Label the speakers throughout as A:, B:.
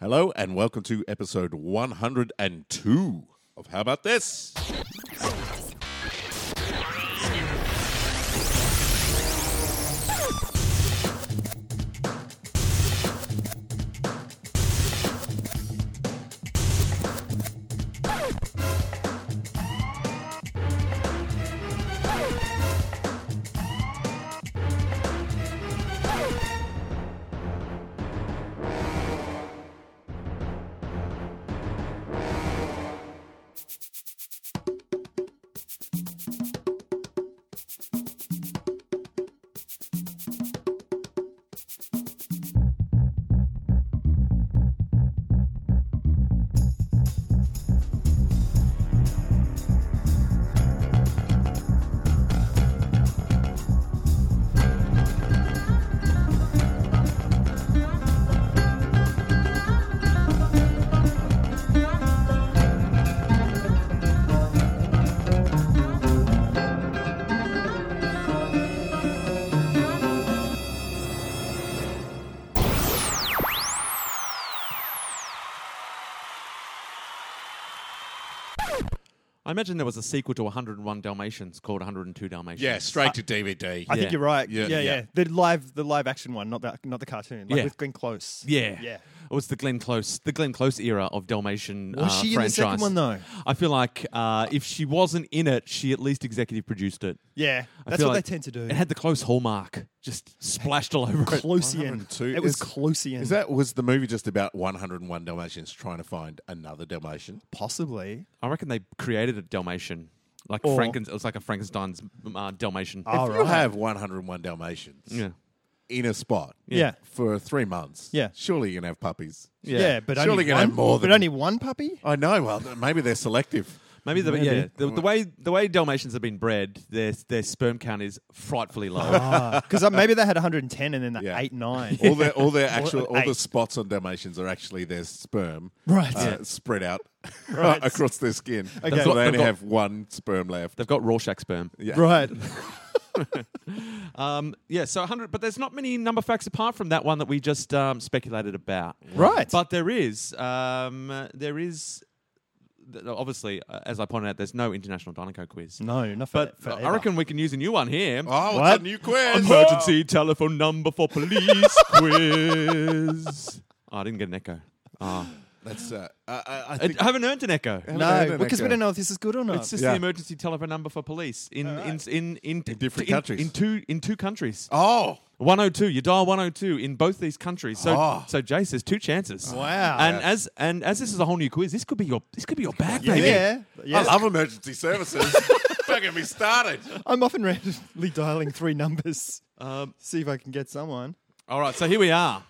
A: Hello, and welcome to episode 102 of How About This?
B: I imagine there was a sequel to 101 Dalmatians called 102 Dalmatians.
A: Yeah, straight to DVD.
C: I think
B: Yeah.
C: you're right.
A: Yeah,
C: Yeah, yeah,
A: yeah.
C: The live, the live action one, not the not the cartoon. Like
B: Yeah.
C: with Glenn Close.
B: Yeah.
C: yeah.
B: It was the Glenn Close, the Glenn Close era of Dalmatian
C: Was
B: uh,
C: she in the
B: franchise.
C: second one, though?
B: I feel like uh, if she wasn't in it, she at least executive produced it.
C: Yeah,
B: I
C: that's
B: feel
C: what
B: like
C: they tend to do.
B: It had the Close hallmark just splashed all over it.
C: Closean.
A: 102.
C: It was
A: Is-
C: Closean.
A: Is that was the movie just about 101 Dalmatians trying to find another Dalmatian?
C: possibly?
B: I reckon they created a Dalmatian. Like
C: Or- Ah.
B: Franken, it was like a Frankenstein's um, uh, Dalmatian.
C: All
A: if
C: right.
A: you have 101 Dalmatians
B: yeah.
A: in a spot
C: Yeah.
A: for three months,
C: Yeah.
A: surely you can have puppies.
C: yeah, but
A: Surely
C: only
A: gonna
C: one,
A: have more
C: But
A: than-
C: only one puppy.
A: I know. Well, th- maybe they're selective.
B: Maybe, the,
C: Maybe.
B: yeah, the, the way the way Dalmatians have been bred, their their sperm count is frightfully low.
C: Because Ah, uh, maybe they had 110 and then the
A: Yeah.
C: eight nine.
A: All their all their actual
C: an
A: all the
C: eight.
A: spots on Dalmatians are actually their sperm,
C: Right.
A: uh,
C: Yeah.
A: Spread out
C: Right.
A: across their skin. So
C: Okay.
A: they
B: They've
A: only
B: got-
A: have one sperm left.
B: They've got Rorschach sperm.
A: Yeah.
C: Right.
B: Um, yeah, so 100, but there's not many number facts apart from that one that we just um, speculated about.
C: Right.
B: But there is, um, there is, th- obviously, uh, as I pointed out, there's no international Dynaco quiz.
C: no, not for,
B: But
C: for
B: I reckon we can use a new one here.
A: Mm. Oh, it's
C: What?
A: a new quiz.
B: Emergency telephone number for police quiz. Oh, I didn't get an echo. Oh.
A: That's uh, I, I- I
B: I,
A: think
B: I haven't earned an echo.
C: No, because we don't know if this is good or not.
B: It's just
A: Yeah.
B: the emergency telephone number for police in
C: Alright.
B: in, in, in,
A: In different
B: in-
A: countries.
B: In two in two countries.
A: Oh,
B: 102. You dial 102 in both these countries. So,
A: Oh.
B: so Jace, there's two chances.
C: Wow.
B: And
A: Yeah.
B: as and as this is a whole new quiz, this could be your this could be your bag,
C: yeah,
B: baby.
C: yeah. yeah.
A: I love emergency services. don't get me started.
C: I'm often randomly dialing three numbers.
B: Um,
C: See if I can get someone.
B: all right. So here we are.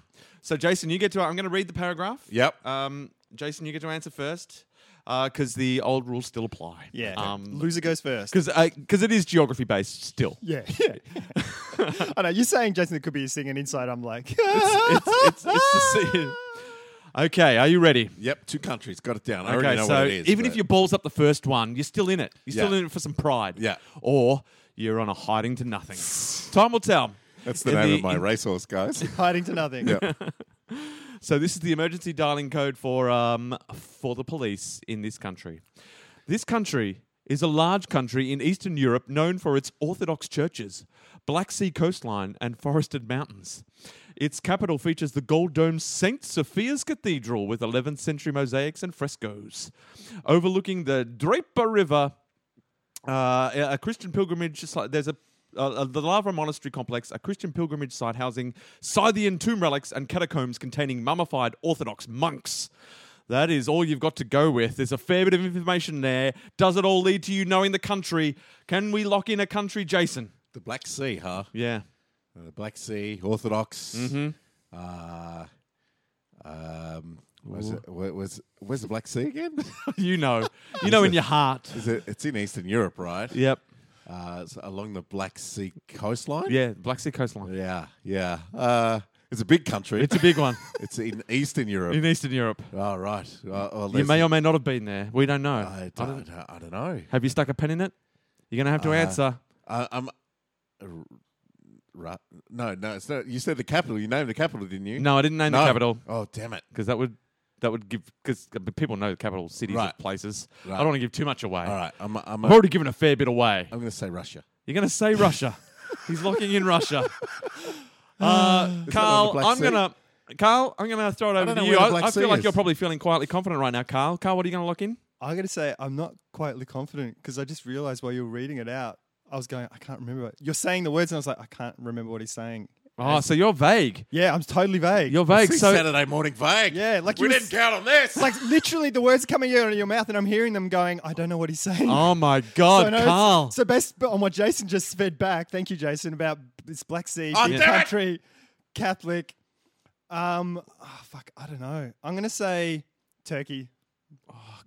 B: So Jason, you get to. I'm going to read the paragraph.
A: Yep. uh,
B: Um, Jason, you get to answer first because the old rules still apply.
C: Yeah.
B: Um,
C: Loser goes first.
B: because it is geography based still.
C: Yeah. yeah. I know. You're saying Jason it could be a singer, and inside I'm like,
B: It's, it's, it's the same. Okay, are you ready?
A: Yep. Two countries. Got it down. I already
B: Okay,
A: know
B: so
A: what it is.
B: even if
A: but-
B: you balls up the first one, you're still in it. You're still
A: Yeah.
B: in it for some pride.
A: Yeah.
B: Or you're on a hiding to nothing. Time will tell.
A: that's the
B: In
A: name
B: the-
A: of my
B: in-
A: racehorse, guys.
C: hiding to nothing.
A: yeah.
B: So this is the emergency dialing code for um for the police in this country. This country is a large country in Eastern Europe known for its Orthodox churches, Black Sea coastline, and forested mountains. Its capital features the gold domed St. Sophia's Cathedral with 11th century mosaics and frescoes. Overlooking the Draper River, uh, a- a Christian pilgrimage. site- There's a uh, the Lavra Monastery complex, a Christian pilgrimage site housing Scythian tomb relics and catacombs containing mummified Orthodox monks. That is all you've got to go with. There's a fair bit of information there. Does it all lead to you knowing the country? Can we lock in a country, Jason?
A: The Black Sea, huh? Uh,
B: Yeah.
A: The Black Sea, Orthodox.
B: Mm-hmm.
A: Uh, um, was it, where, was, where's the Black Sea again?
B: you know. You know in your heart.
A: Is it, it's in Eastern Europe, right?
B: Yep.
A: Uh, it's along the Black Sea coastline.
B: Yeah, Black Sea coastline.
A: Yeah. Yeah. Uh, it's a big country.
B: It's a big one
A: It's in Eastern Europe.
B: in Eastern Europe.
A: oh, right. Uh, well,
B: You
A: there's-
B: may or may not have been there. We don't know.
A: I don't, I don't know.
B: Have you stuck a pen in it? You're going to have to answer.
A: I, I'm. uh, Right. No, no, it's not. You said the capital. You named the capital, didn't you?
B: No, I didn't name
A: No.
B: the capital.
A: Oh, damn it.
B: because that would That would give because people know the capital cities
A: Right.
B: of places. I
A: Right.
B: don't want to give too much away.
A: All right, I'm I'm
B: I've already given a fair bit away.
A: I'm going to say Russia.
B: You're going to say Russia. He's locking in Russia. Uh, Carl,
A: Black
B: I'm
A: Sea?
B: going to. Carl, I'm going to throw it over
A: don't
B: to
A: know
B: you.
A: where the
B: I,
A: Black
B: I
A: Sea
B: feel like
A: is.
B: you're probably feeling quietly confident right now, Carl. Carl, what are you going to lock in?
C: I got to say, I'm not quietly confident because I just realized while you were reading it out, I was going, I can't remember. it." You're saying the words, and I was like, I can't remember what he's saying.
B: Oh, so you're vague.
C: Yeah, I'm totally vague.
B: You're vague.
A: See,
B: So
A: Saturday morning vague.
C: Yeah, like
A: we
C: you
A: didn't
C: was-
A: count on this.
C: like literally the words are coming out of your mouth, and I'm hearing them going, I don't know what he's saying.
B: Oh my God,
C: So no, it's-
B: Carl!
C: So based on what Jason just fed back, thank you, Jason, about this Black Sea,
A: Oh,
C: big
A: damn it!
C: country, Catholic. Um, oh, fuck, I don't know. I'm gonna say Turkey.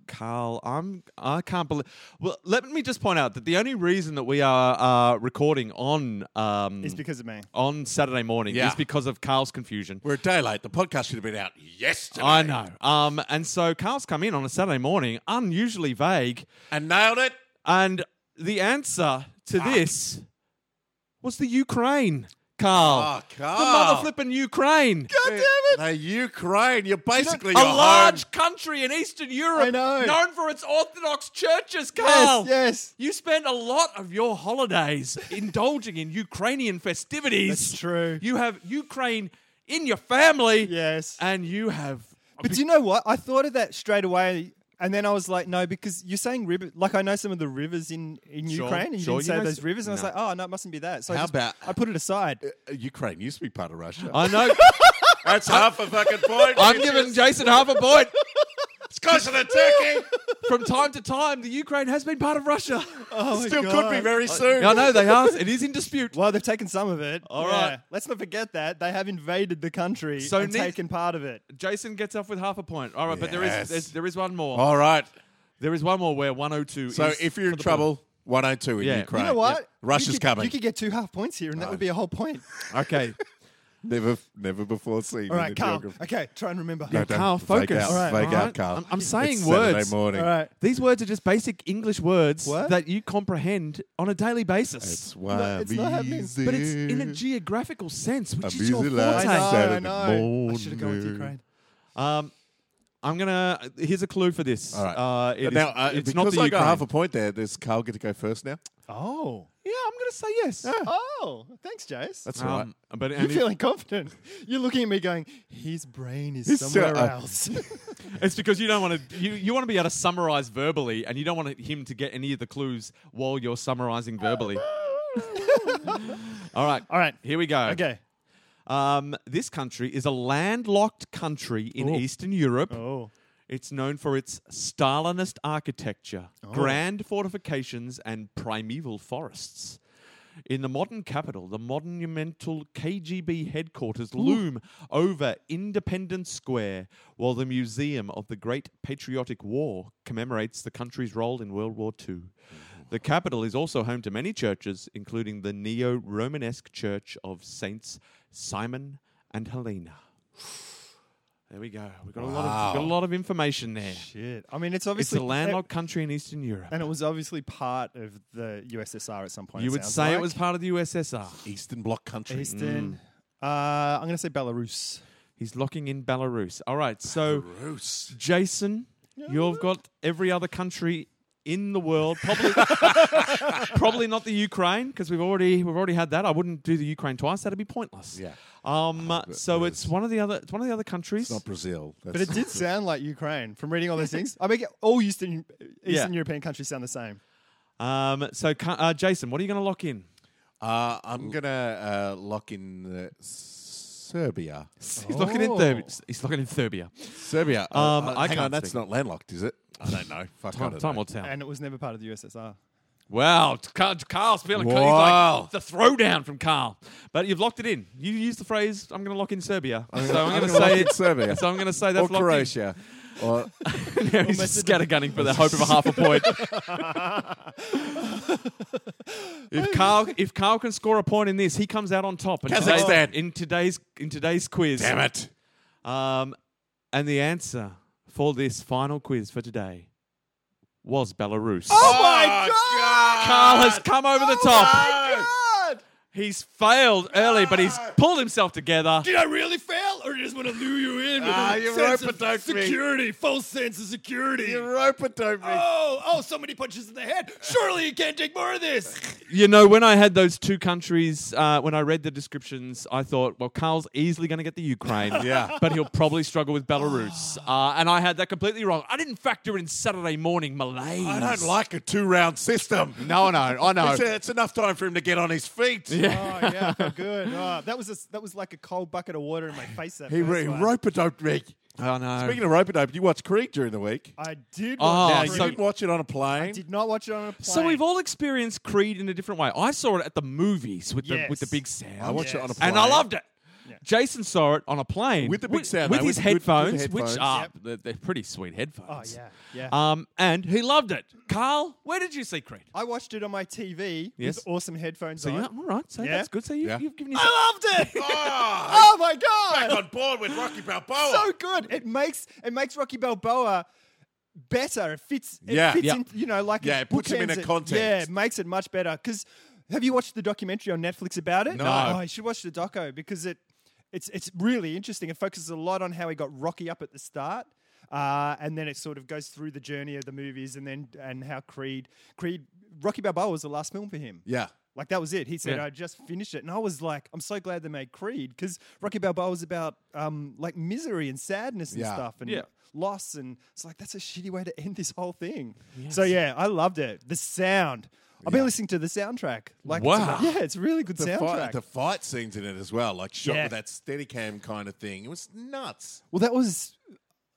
B: Carl, I'm I can't believe. Well, let me just point out that the only reason that we are uh, recording on um,
C: It's because of me.
B: on Saturday morning
A: Yeah.
B: is because of Carl's confusion.
A: We're at daylight. The podcast should have been out yesterday.
B: I know. Um, and so Carl's come in on a Saturday morning, unusually vague,
A: And nailed it.
B: and the answer to this was the Ukraine, Carl.
A: Oh, Carl.
B: The
C: Ah.
B: mother flipping Ukraine.
C: God damn it!
A: The Ukraine. You're basically
B: a
A: your
B: large
A: home.
B: country in Eastern Europe
C: I know.
B: known for its Orthodox churches, Carl.
C: Yes, yes.
B: You spend a lot of your holidays indulging in Ukrainian festivities.
C: That's true.
B: You have Ukraine in your family.
C: Yes.
B: And you have.
C: But do you know what? I thought of that straight away. And then I was like, no, because you're saying river. Like I know some of the rivers in in
B: Sure,
C: Ukraine, and you
B: sure,
C: didn't
B: you
C: say
B: know
C: those
B: s-
C: rivers. And I was
B: no.
C: like, oh no, it mustn't be that. So I
A: How
C: just-
A: about-
C: I put it aside.
A: Uh, Ukraine used to be part of Russia.
B: I know.
A: That's half a fucking point.
B: I'm giving Jason half a point.
A: It's closer to Turkey.
B: From time to time, the Ukraine has been part of Russia.
C: Oh my
A: Still could
C: God.
A: be very soon.
B: I know they are. It is in dispute.
C: Well, they've taken some of it. All
B: All
C: right.
B: right.
C: Let's not forget that they have invaded the country
B: So
C: and
B: neith-
C: taken part of it.
B: Jason gets off with half a point. All right, but there
A: Yes.
B: is there's- there is one more.
A: All right.
B: There is one more where 102.
A: So if
B: is
A: you're
B: for
A: in
B: the point.
A: trouble, 102 in
B: Yeah. You
A: Ukraine.
C: You know what?
A: Russia's
C: you could,
A: coming.
C: You could get two half points here, and that would be a whole point.
B: okay.
A: Never, never before seen.
C: All right,
A: in
C: Carl.
A: Geography.
C: Okay, try and remember.
A: No, don't.
B: Carl,
A: Fake
B: focus.
A: out,
B: All
C: right,
A: fake
C: all
A: out,
B: right.
A: Carl.
B: I'm- I'm saying
A: it's Saturday
B: words.
A: morning.
C: All right.
B: These words are just basic English words
C: What?
B: that you comprehend on a daily basis.
A: It's why
C: it's not happening.
B: but it's in a geographical sense, which is your
A: Amuse life.
C: I
A: Saturday
B: forte.
C: know. I know. I should have gone with
A: morning.
C: Ukraine.
B: Um, I'm gonna. Here's a clue for this.
A: All right.
B: Uh, it is-
A: now, uh,
B: it's
A: because
B: not the
A: I
B: Ukraine.
A: got half a point there, does Carl get to go first now?
C: Oh.
B: yeah, I'm gonna say yes.
C: Oh. Thanks, Jace.
A: That's all right.
B: Um, but
C: You're
B: and it-
C: feeling confident. You're looking at me going, his brain is
A: He's
C: somewhere
A: so- uh,
C: else.
B: it's because you don't want to. You, you want to be able to summarize verbally, and you don't want him to get any of the clues while you're summarizing verbally. All right.
C: All right.
B: Here we go.
C: Okay.
B: Um, this country is a landlocked country in
C: Ooh.
B: Eastern Europe.
C: Oh.
B: It's known for its Stalinist architecture, grand fortifications, and primeval forests. In the modern capital, the monumental KGB headquarters loom over Independence Square, while the Museum of the Great Patriotic War commemorates the country's role in World War II. The capital is also home to many churches, including the neo Romanesque Church of Saints Simon and Helena. There we go. We've got, a, lot of, got a
A: Wow.
B: lot of information there.
C: Shit. I mean, it's
B: It's
C: obviously.
B: a landlocked country in Eastern Europe.
C: And it was obviously part of the USSR at some point.
B: You
C: it
B: would
C: sounds
B: say it
C: like.
B: was part of the USSR.
A: Eastern Bloc country.
B: Mm.
C: Eastern. Uh, I'm going to say Belarus.
B: He's locking in Belarus. All right, so
A: Gross.
B: Jason, you've got every other country in the world. Probably, probably not the Ukraine because we've already we've already had that. I wouldn't do the Ukraine twice. That'd be pointless.
A: Yeah.
B: Um.
A: but
B: so
A: it
B: it's
A: is.
B: one of the other it's one of the other countries.
A: It's not Brazil.
C: But it did sound like Ukraine from reading all those things. I mean, all Eastern, Eastern
B: Yeah.
C: European countries sound the same.
B: um. So ca- uh, Jason, what are you going to lock in?
A: Uh, I'm gonna uh, lock in uh, Serbia.
B: He's locking in Serbia. He's locking in Serbia.
A: Serbia. Um,
B: I
A: hang on,
B: can't
A: that's
B: think.
A: not landlocked, is it? I don't know. Fuck, I
B: Time,
A: don't
B: time
A: know.
B: will tell.
C: And it was never part of the USSR.
B: Wow, T- Carl- Carl's feeling he's
A: Wow.
B: like the throwdown from Carl. But you've locked it in. You used the phrase "I'm going to lock in Serbia," so I'm
A: I'm
B: going to
A: gonna lock
B: say
A: in Serbia.
B: So I'm going to say
A: Or
B: that's locked
A: Croatia. Or
B: in. Now he's just scattergunning for the hope of a half a point. if Carl, if Carl can score a point in this, he comes out on top. in today's-
A: Kazakhstan.
B: in today's in today's quiz.
A: damn it.
B: Um, and the answer for this final quiz for today was Belarus.
A: Oh my God! Oh
B: Carl has come over the
A: God!
B: top.
D: Ah.
B: He's failed early, but he's pulled himself together.
A: Did I really fail, or is
D: want to lure you in with
A: Ah,
D: a
A: you
D: sense
A: rope
D: of
A: it, don't we?
D: security, false sense of security.
A: Europa don't mean.
D: oh, oh, somebody punches in the head. Surely you can't take more of this.
B: You know, when I had those two countries, uh, when I read the descriptions, I thought, well, Carl's easily going to get the Ukraine.
A: Yeah.
B: But he'll probably struggle with Belarus. Uh, and I had that completely wrong. I didn't factor in Saturday morning malaise.
A: I don't like a two-round system.
B: No, no, I know.
A: It's, it's enough time for him to get on his feet.
C: Oh yeah, I felt good. Oh, that was a, that was like a cold bucket of water in my face. That
A: He
C: first
A: re-
C: one.
A: rope doped me.
B: I know.
A: Speaking of rope doped, you watched Creed during the week.
C: I did.
B: Oh,
A: now,
C: Watch
A: you
C: Creed.
B: so-
A: didn't watch it on a plane.
C: did not watch it on a plane.
B: so we've all experienced Creed in a different way. I saw it at the movies with the with the
C: Yes.
B: big sound.
A: I watched it on a
C: Yes.
A: plane.
B: and I loved it.
C: Yeah.
B: Jason saw it on a plane
A: With the big sound,
B: with
A: though,
B: his
A: with the good- with the
B: headphones,
A: headphones.
B: which are they're, they're pretty sweet
C: Oh
B: headphones.
C: yeah, yeah.
B: Um, and he loved it. Carl, where did you see Creed?
C: I watched it on my TV
B: Yes.
C: with awesome headphones
B: So
C: on.
B: yeah, all right. So
C: Yeah. Oh!
B: that's good. So you,
A: Yeah.
B: you've given yourself.
C: I loved it.
A: Ah,
C: oh my god!
A: on board with Rocky Balboa.
C: so good. It makes it makes Rocky Balboa better. It fits. It
A: Yeah.
C: fits
B: Yeah.
C: In, you know, like
A: Yeah, it puts him in
C: bookends
A: a
C: it.
A: context.
C: Yeah, it makes it much better. Because have you watched the documentary on Netflix about it?
A: No.
C: Oh, you should watch the doco because it it's it's really interesting. It focuses a lot on how he got Rocky up at the start. Uh, and then it sort of goes through the journey of the movies, and then and how Creed, Creed, Rocky Balboa was the last film for him.
A: yeah.
C: Like that was it. He said,
B: Yeah.
C: "I just finished it," and I was like, "I'm so glad they made Creed because Rocky Balboa was about um, like misery and sadness and
A: Yeah.
C: stuff and
B: Yeah.
C: loss, and it's like that's a shitty way to end this whole thing." So yeah, I loved it. The sound. I've been listening to the soundtrack. Like, it's
B: Wow.
C: a- yeah, it's a really good
A: The
C: soundtrack.
A: fight, the fight scenes in it as well, like shot
C: Yeah.
A: with that Steadicam kind of thing. It was nuts.
C: Well, that was.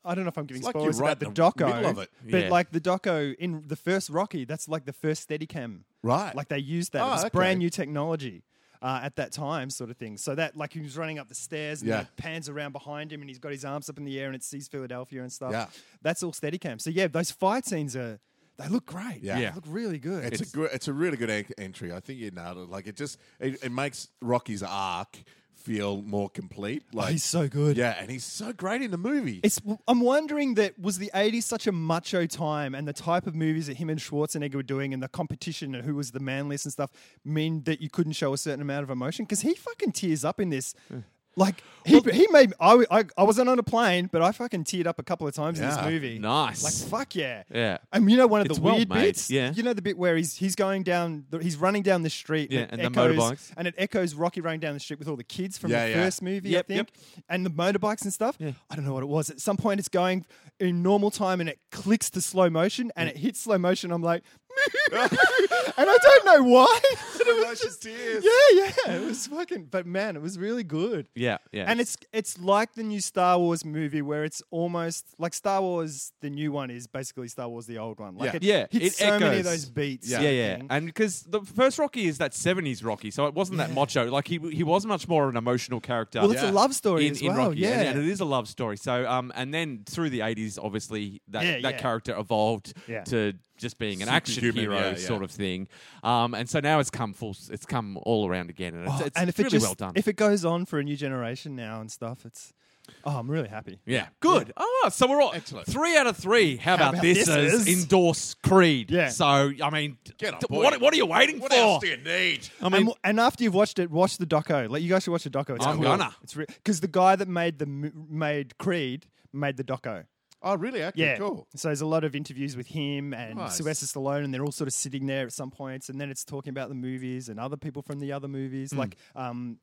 C: I don't know if I'm giving
A: It's like you're
C: spoilers
A: right
C: about
A: in
C: the
A: the
C: doco,
A: middle of it.
C: but
B: Yeah.
C: like the doco in the first Rocky, that's like the first Steadicam,
A: Right.
C: Like they used that.
A: Oh,
C: it was
A: okay.
C: brand new technology uh, at that time, sort of thing. So that like he was running up the stairs, and
A: Yeah.
C: yeah. it pans around behind him, and he's got his arms up in the air, and it sees Philadelphia and stuff.
A: Yeah.
C: that's all Steadicam. So yeah, those fight scenes are they look great.
A: Yeah.
C: they
A: Yeah.
C: look really good.
A: It's, a gr- it's a really good en- entry. I think you nailed it. Like it just it, it makes Rocky's arc feel more complete. Like
C: Oh, he's so good.
A: Yeah, and he's so great in the movie.
C: It's. I'm wondering that was the '80s such a macho time, and the type of movies that him and Schwarzenegger were doing, and the competition, and who was the manliest and stuff, mean that you couldn't show a certain amount of emotion because he fucking tears up in this.
B: Hmm.
C: Like he, he made. I, w- I I wasn't on a plane, but I fucking teared up a couple of times in
A: Yeah.
C: this movie.
B: Nice.
C: Like fuck yeah.
B: Yeah.
C: And you know one of
B: It's
C: the
B: well
C: weird
B: made,
C: bits.
B: yeah.
C: You know the bit where he's he's going down. The, he's running down the street.
B: Yeah,
C: it
B: and the
C: echoes-
B: motorbikes.
C: And it echoes Rocky running down the street with all the kids from
A: Yeah,
C: the
A: yeah.
C: first movie.
B: Yep,
C: I think
B: yep.
C: and the motorbikes and stuff.
B: Yeah.
C: I don't know what it was. At some point, it's going in normal time and it clicks to slow motion and it hits slow motion. I'm like, and I don't know why. But it was
A: Emotion
C: just,
A: tears.
C: yeah, yeah, it was fucking. But man, it was really good.
B: Yeah, yeah.
C: And it's it's like the new Star Wars movie where it's almost like Star Wars. The new one is basically Star Wars, the old one. Like
A: Yeah.
C: it
B: Yeah,
C: hits
B: it
C: so many
B: echoes.
C: of those beats.
B: yeah,
C: sort
B: yeah,
C: of
B: yeah.
C: thing.
B: and because the first Rocky is that '70s Rocky, so it wasn't that macho. Like he he was much more an emotional character.
C: Well, it's
A: Yeah.
C: a love story
B: in,
C: as
B: in
C: well.
B: Rocky,
C: yeah,
B: and, and it is a love story. So, um, and then through the eighties, obviously that,
C: Yeah,
B: that
C: yeah.
B: character evolved
C: Yeah.
B: to just being an action
A: Superhuman,
B: hero
A: yeah, yeah.
B: sort of thing. Um, and so now it's come full. s- It's come all around again, and it's,
C: Oh,
B: it's
C: and if
B: really
C: it just,
B: well done.
C: If it goes on for a new generation now and stuff, it's. Oh, I'm really happy.
B: yeah, good. Oh, so we're all
A: Excellent.
B: Three out of three. How, about,
C: about
B: this?
C: this
B: Is
C: is?
B: endorse Creed.
C: Yeah.
B: So I mean,
A: Get on
B: t-
A: board.
B: what what are you waiting
A: what
B: for?
A: else do you need?
B: I
C: and,
B: mean,
C: w- and after you've watched it, watch the doco. Like you guys should watch the doco. It's
B: I'm
C: cool.
B: gonna.
C: It's because the guy that made the mo- made Creed made the doco.
A: Oh, really? Okay,
C: Yeah,
A: cool.
C: So there's a lot of interviews with him and
A: Nice.
C: Sylvester Stallone, and they're all sort of sitting there at some points, and then it's talking about the movies and other people from the other movies, like um,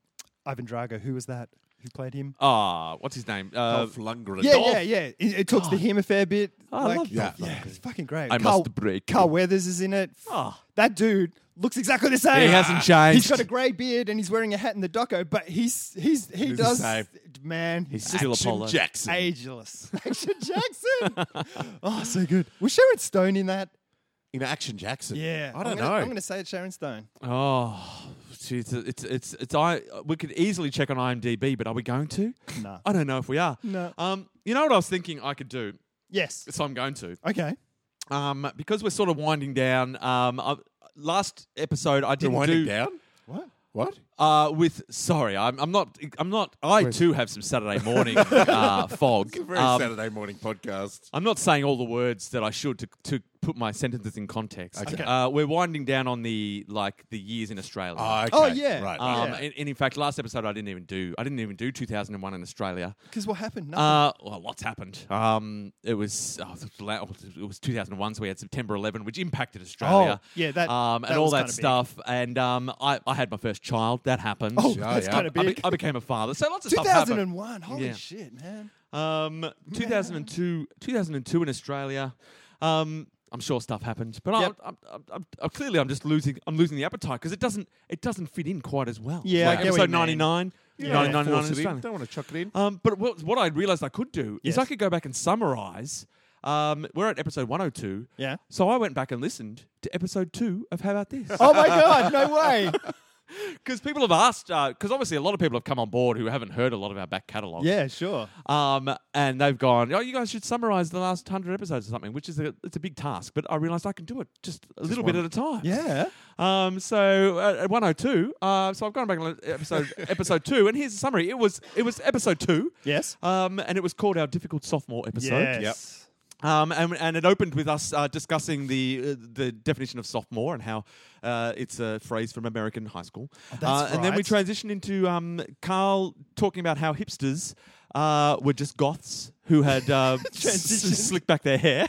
C: Ivan Drago. Who was that? Who played him?
B: ah, what's his name? Uh,
A: Dolph Lundgren.
C: Yeah,
B: Dolph.
C: yeah, yeah. It, it talks to him a fair bit.
B: Oh, I
C: like,
B: love
A: Dolph
C: yeah,
A: Lundgren.
C: it's fucking great.
B: I
C: Carl,
B: must break
C: Carl
B: you.
C: Weathers is in it.
B: Ah.
C: That dude looks exactly the same. Ah.
B: He hasn't
C: He's
B: changed.
C: got a grey beard and he's wearing a hat in the doco, but he's he's he
A: He's the
C: does
A: same.
C: man. He's
B: still a polo.
A: Jackson.
C: ageless. Action Jackson. oh, so good. Was Sharon Stone in that?
A: In Action Jackson.
C: Yeah,
A: I don't
C: am gonna,
A: know.
C: I'm going to say it's Sharon Stone.
B: Oh, see, it's it's it's, it's I, we could easily check on IMDb, but are we going to?
C: Nah.
B: I don't know if we are.
C: No.
B: Um, you know what I was thinking I could do,
C: Yes.
B: so I'm going to.
C: Okay.
B: Um, because we're sort of winding down. Um, I, last episode I
A: You're
B: didn't
A: winding
B: do.
A: down?
C: What?
A: What?
B: Uh, with sorry, I'm, I'm not. I'm not. I too have some Saturday morning uh, fog.
A: It's a very
B: Um,
A: Saturday morning podcast.
B: I'm not saying all the words that I should to, to put my sentences in context.
A: Okay.
B: Uh, we're winding down on the like the years in Australia.
A: Oh, okay.
C: Oh, yeah.
A: Right.
C: Uh,
B: um,
C: yeah.
B: and, and in fact, last episode I didn't even do. I didn't even do 2001 in Australia.
C: Because what happened? Nothing.
B: Uh, well, lots happened. Um, it was oh, it was la- it was 2001, so we had September 11, which impacted Australia.
C: Oh, yeah, that-
B: um, and
C: that
B: all
C: was
B: that
C: kinda big.
B: stuff. And um, I, I had my first child. That happened.
C: oh,
A: yeah,
C: that's
A: yeah.
C: kind of
B: I, be-
C: big.
B: I became a father. So lots of stuff happened.
C: 2001. Holy
B: Yeah.
C: shit, man.
B: Um, 2002, 2002 in Australia. Um, I'm sure stuff happened, but
C: Yep.
B: I'm, I'm, I'm, I'm, clearly I'm just losing. I'm losing the appetite because it doesn't. It doesn't fit in quite as well.
C: Yeah, I
B: like
C: get what
B: episode
C: you mean.
B: 99,
A: You don't wanna
B: 99 in
A: force it in.
B: Australia.
A: Don't want to chuck it in.
B: Um, but what, what I realized I could do
C: Yes.
B: is I could go back and summarize. Um, we're at episode 102.
C: Yeah.
B: So I went back and listened to episode two of How About This?
C: Oh my god, no way.
B: Because people have asked, because obviously a lot of people have come on board who haven't heard a lot of our back catalogue.
C: yeah, sure.
B: Um, and they've gone, oh, you guys should summarize the last 100 episodes or something, which is a, it's a big task. But I realized I can do it just a little bit at a time.
C: Yeah.
B: Um, so uh, at 102, uh, so I've gone back to episode episode two, and here's a summary. It was it was episode two.
C: Yes.
B: Um, and it was called our difficult sophomore episode.
C: Yes.
B: Um, and, and it opened with us uh, discussing the uh, the definition of sophomore and how uh, it's a phrase from American high school.
C: Oh, that's
B: uh, and then we
C: right.
B: transitioned into um, Carl talking about how hipsters uh, were just goths who had uh, s- s- slicked back their hair.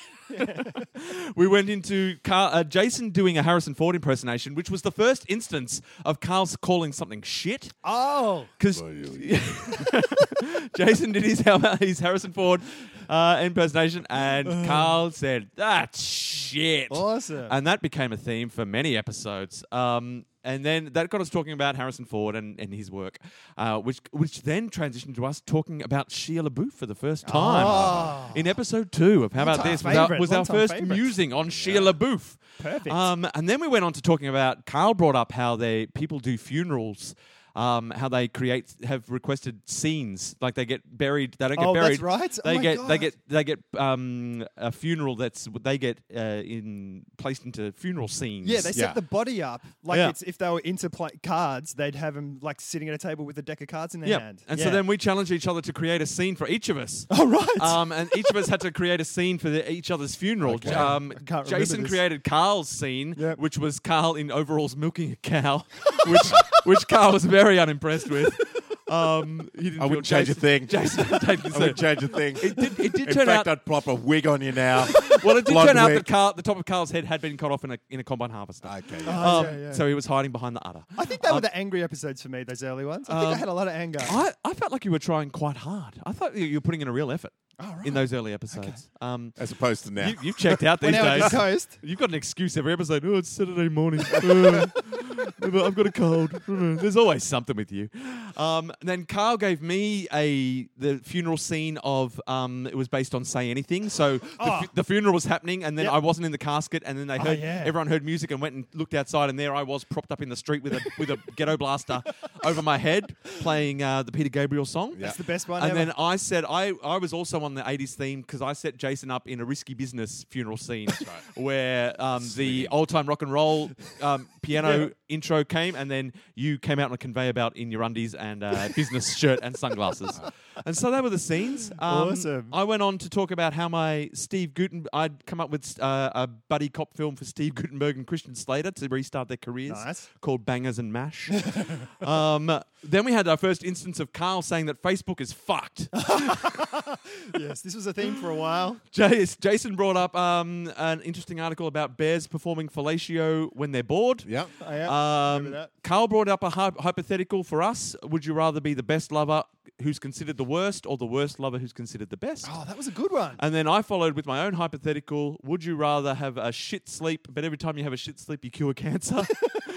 B: we went into Carl, uh, Jason doing a Harrison Ford impersonation, which was the first instance of Carl's calling something shit.
C: Oh.
B: Because Jason did his, his Harrison Ford uh, impersonation, and Carl said, That's shit.
C: Awesome.
B: And that became a theme for many episodes. Um, and then that got us talking about Harrison Ford and, and his work, uh, which which then transitioned to us talking about Sheila LaBeouf for the first time
C: Ah.
B: in episode two of How About
C: Long-time
B: This? Was our,
C: favourite,
B: was our
C: long-time
B: first
C: favourite.
B: musing on Sheila LaBeouf.
C: Perfect.
B: Um, and then we went on to talking about Carl brought up how they people do funerals. Um, how they create have requested scenes like they get buried they don't get
C: Oh,
B: buried
C: that's right. Oh
B: they
C: my
B: get they
C: God.
B: get they get um, a funeral that's they get uh, in placed into funeral scenes
C: Yeah, they set
A: Yeah.
C: the body up like
B: Yeah.
C: it's if they were into play- cards, they'd have them like sitting at a table with a deck of cards in their
B: yeah
C: hand.
B: and
C: Yeah.
B: so then we challenged each other to create a scene for each of us
C: Oh right.
B: um, and each of us had to create a scene for the, each other's funeral. Um,
C: I can't remember
B: Jason
C: this.
B: created Carl's scene,
C: Yep.
B: which was Carl in overalls milking a cow, which which Carl was very unimpressed with. Um, he didn't
A: I
B: feel
A: wouldn't change a
B: Jason-
A: thing.
B: Jason taking
A: I would change a thing. It
B: did- it did
A: In
B: turn
A: fact,
B: out-
A: I'd plop a wig on you now.
B: Well, it did
A: Blonde
B: turn out
A: wig.
B: that Carl, the top of Carl's head had been cut off in a in a combine harvester.
A: okay.
C: Oh,
A: Yeah.
B: Um,
C: yeah, Ah, yeah.
B: So he was hiding behind the udder.
C: I think they were the angry episodes for me. Those early ones. I think
B: um,
C: I had a lot of anger.
B: I, I felt like you were trying quite hard. I thought you you were putting in a real effort in those early episodes. Um,
A: As opposed to now.
B: you, you've checked out
C: We're
B: these
C: now on
B: days.
C: the coast.
B: You've got an excuse every episode. Oh, it's Saturday morning. Uh, I've got a cold. Uh, There's always something with you. Um, and then Carl gave me a the funeral scene of um, it was based on Say Anything. So the, fu-
C: Oh.
B: the funeral was happening, and then
C: Yep. Ah,
B: I wasn't in the casket, and then they heard
C: yeah.
B: everyone heard music and went and looked outside, and there I was propped up in the street with a with a ghetto blaster over my head playing uh, the Peter Gabriel song.
A: That's
C: the best one
B: And
C: ever.
B: then I said I, I was also on the '80s theme because I set Jason up in a risky business funeral scene where um, the old-time rock and roll um, piano intro came, and then you came out on a conveyor belt in your undies and uh, business shirt and sunglasses. and so they were the scenes. Um,
C: Awesome.
B: I went on to talk about how my Steve Guten I'd come up with uh, a buddy cop film for Steve Gutenberg and Christian Slater to restart their careers
C: Nice.
B: called Bangers and Mash. um, then we had our first instance of Carl saying that Facebook is fucked.
C: yes, this was a theme for a while.
B: Jas- Jason brought up um, an interesting article about bears performing fellatio when they're bored.
A: yeah.
C: I am.
B: Um,
C: Remember that.
B: Carl brought up a hy- hypothetical for us. Would you rather be the best lover who's considered the worst or the worst lover who's considered the best?
C: oh, that was a good one.
B: And then I followed with my own hypothetical Would you rather have a shit sleep, but every time you have a shit sleep, you cure cancer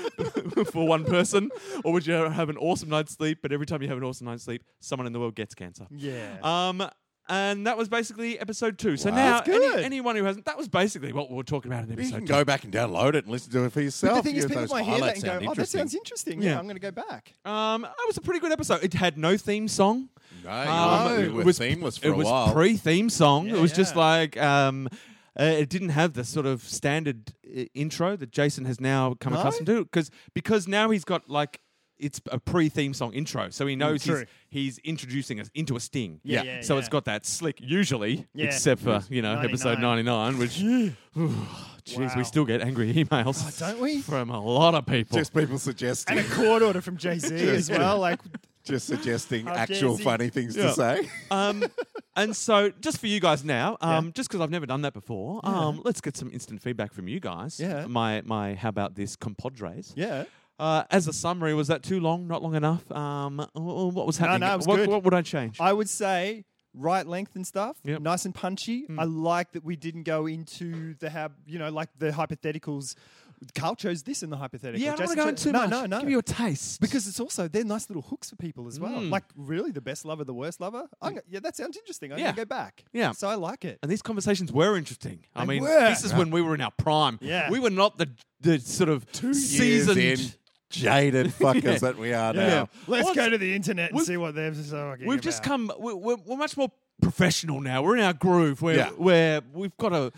B: for one person? Or would you have an awesome night's sleep, but every time you have an awesome night's sleep, someone in the world gets cancer?
C: yeah.
B: Um, and that was basically episode two. So
A: Wow.
B: now,
C: That's good.
B: any- anyone who hasn't, that was basically what we were talking about in
A: You can
B: episode two.
A: go back and download it and listen to it for yourself.
C: but the thing
A: You
C: is,
A: know,
C: people
A: those
C: might hear that
A: highlights
C: and go,
A: sound
C: "Oh, that sounds
A: interesting."
C: interesting. Yeah,
B: Yeah.
C: I'm going to go back."
B: Um, that was a pretty good episode. It had no theme song.
A: No,
B: Um,
A: you were-
B: it
A: you were
B: was-
A: themeless for
B: it
A: a
B: was
A: while.
B: pre-theme song.
C: Yeah,
B: it was just
C: yeah.
B: like um, uh, it didn't have the sort of standard uh, intro that Jason has now come
C: No?
B: accustomed to because because now he's got like it's a pre theme song intro, so he knows he's,
C: true.
B: he's introducing us into a sting.
C: Yeah, Yeah. yeah,
B: so it's
C: yeah.
B: got that slick usually,
C: Yeah.
B: except for you know episode ninety
C: 99.
B: nine, which jeez, we
C: Wow.
B: still get angry emails,
C: Oh, don't we?
B: from a lot of people.
A: Just people
C: And
A: suggesting,
C: a court order from Jay Z as well. Like,
A: just suggesting
C: Oh,
A: actual
C: Jay-Z.
A: funny things
B: Yeah.
A: to say.
B: Um, and so, just for you guys now, um, just because I've never done that before, um, let's get some instant feedback from you guys.
C: Yeah.
B: My my, how about this compadres?
C: yeah.
B: Uh, as a summary, was that too long? Not long enough? Um, oh, oh, what was happening?
C: no, it was
B: what,
C: good.
B: what would I change?
C: I would say right length and stuff,
B: Yep. Hmm.
C: nice and punchy. I like that we didn't go into the how you know like the hypotheticals. Carl chose this in the hypothetical.
B: yeah, I don't want to
C: Jason
B: go
C: chose-
B: into too
C: no,
B: much.
C: No, no,
B: Give you a taste.
C: because it's also they're nice little hooks for people as well.
B: Mm.
C: Like really, the best lover, the worst lover. I'm, go- yeah, that sounds interesting. I'm
B: Hmm. Yeah.
C: gonna go back.
B: Yeah.
C: so I like it.
B: and these conversations were interesting. I
C: They
B: mean,
C: were.
B: this is when we were in our prime.
C: Yeah.
B: We were not the the sort of
A: Two
B: seasoned.
A: years in, jaded fuckers
B: Yeah.
A: that we are now.
B: Yeah.
C: Let's
B: What's-
C: go to the internet and
B: we've-
C: see what they're talking
B: We've just
C: about.
B: come. We're, we're, we're much more professional now. We're in our groove. Where
A: Yeah.
B: where we've got a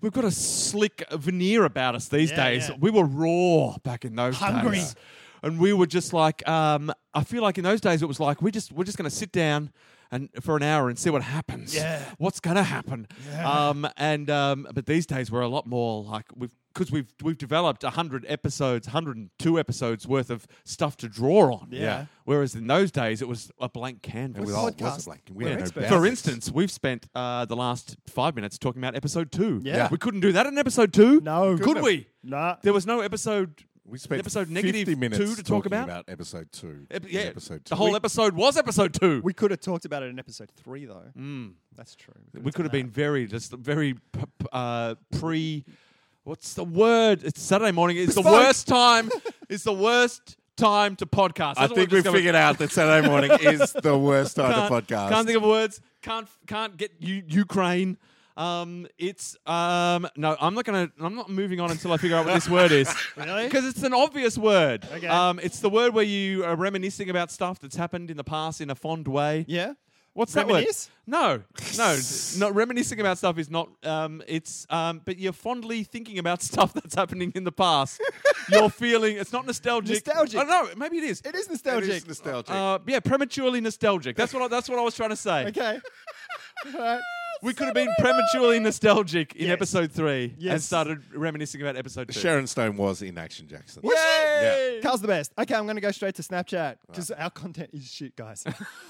B: we've got a slick veneer about us these
C: Yeah,
B: days.
C: yeah.
B: We were raw back in those
C: Hungry.
B: days. And we were just like, um, I feel like in those days it was like we just we're just going to sit down and for an hour and see what happens.
C: Yeah.
B: what's going to happen? Um, and um, but these days we're a lot more like we've because we've we've developed hundred episodes, hundred and two episodes worth of stuff to draw on.
C: Yeah.
B: Whereas in those days, it was a blank
A: It
B: canvas.
A: was all- was
C: podcast.
A: like, we
C: We're
A: had no
C: experts.
A: boundaries.
B: For instance, we've spent uh, the last five minutes talking about episode two.
C: Yeah.
B: We couldn't do that in episode two.
C: No.
B: Could
C: Couldn't.
B: we?
C: Nah.
B: There was no episode.
A: We spent
B: episode
A: 50
B: negative
A: minutes
B: two to talk
A: talking
B: about.
A: episode two.
B: Ep-
A: in
B: yeah,
A: episode two.
B: the whole
A: We-
B: episode was episode two.
C: We could have talked about it in episode three, though. That's true.
B: Mm. We,
C: done
B: could have
C: that.
B: been very just very p- p- uh, pre. What's the word? It's Saturday morning. It's the worst time. it's the worst time to podcast.
A: I
B: That's what
A: think
B: we've
A: we've
B: discovered.
A: figured out that Saturday morning is the worst time to
B: can't-
A: podcast.
B: Can't think of words. Can't can't get U- Ukraine. Um, it's um, no. I'm not gonna. I'm not moving on until I figure out what this word is.
C: Really?
B: Because it's an obvious word.
C: Okay.
B: Um, it's the word where you are reminiscing about stuff that's happened in the past in a fond way.
C: Yeah.
B: What's
C: Reminisce?
B: that word? No, no, not reminiscing about stuff is not. Um, it's um, but you're fondly thinking about stuff that's happening in the past. you're feeling it's not nostalgic.
C: Nostalgic.
B: I don't know. Maybe it is.
C: It is
A: It
C: nostalgic.
A: is nostalgic.
B: Uh, yeah, prematurely nostalgic. That's what I, that's what I was trying to say.
C: Okay. All right.
B: We could have been prematurely nostalgic in
C: Yes.
B: episode three and
C: Yes.
B: started reminiscing about episode two.
A: Sharon Stone was in Action Jackson.
B: Yay!
C: Carl's the best. Okay, I'm going to go straight to Snapchat because our content is shit, guys.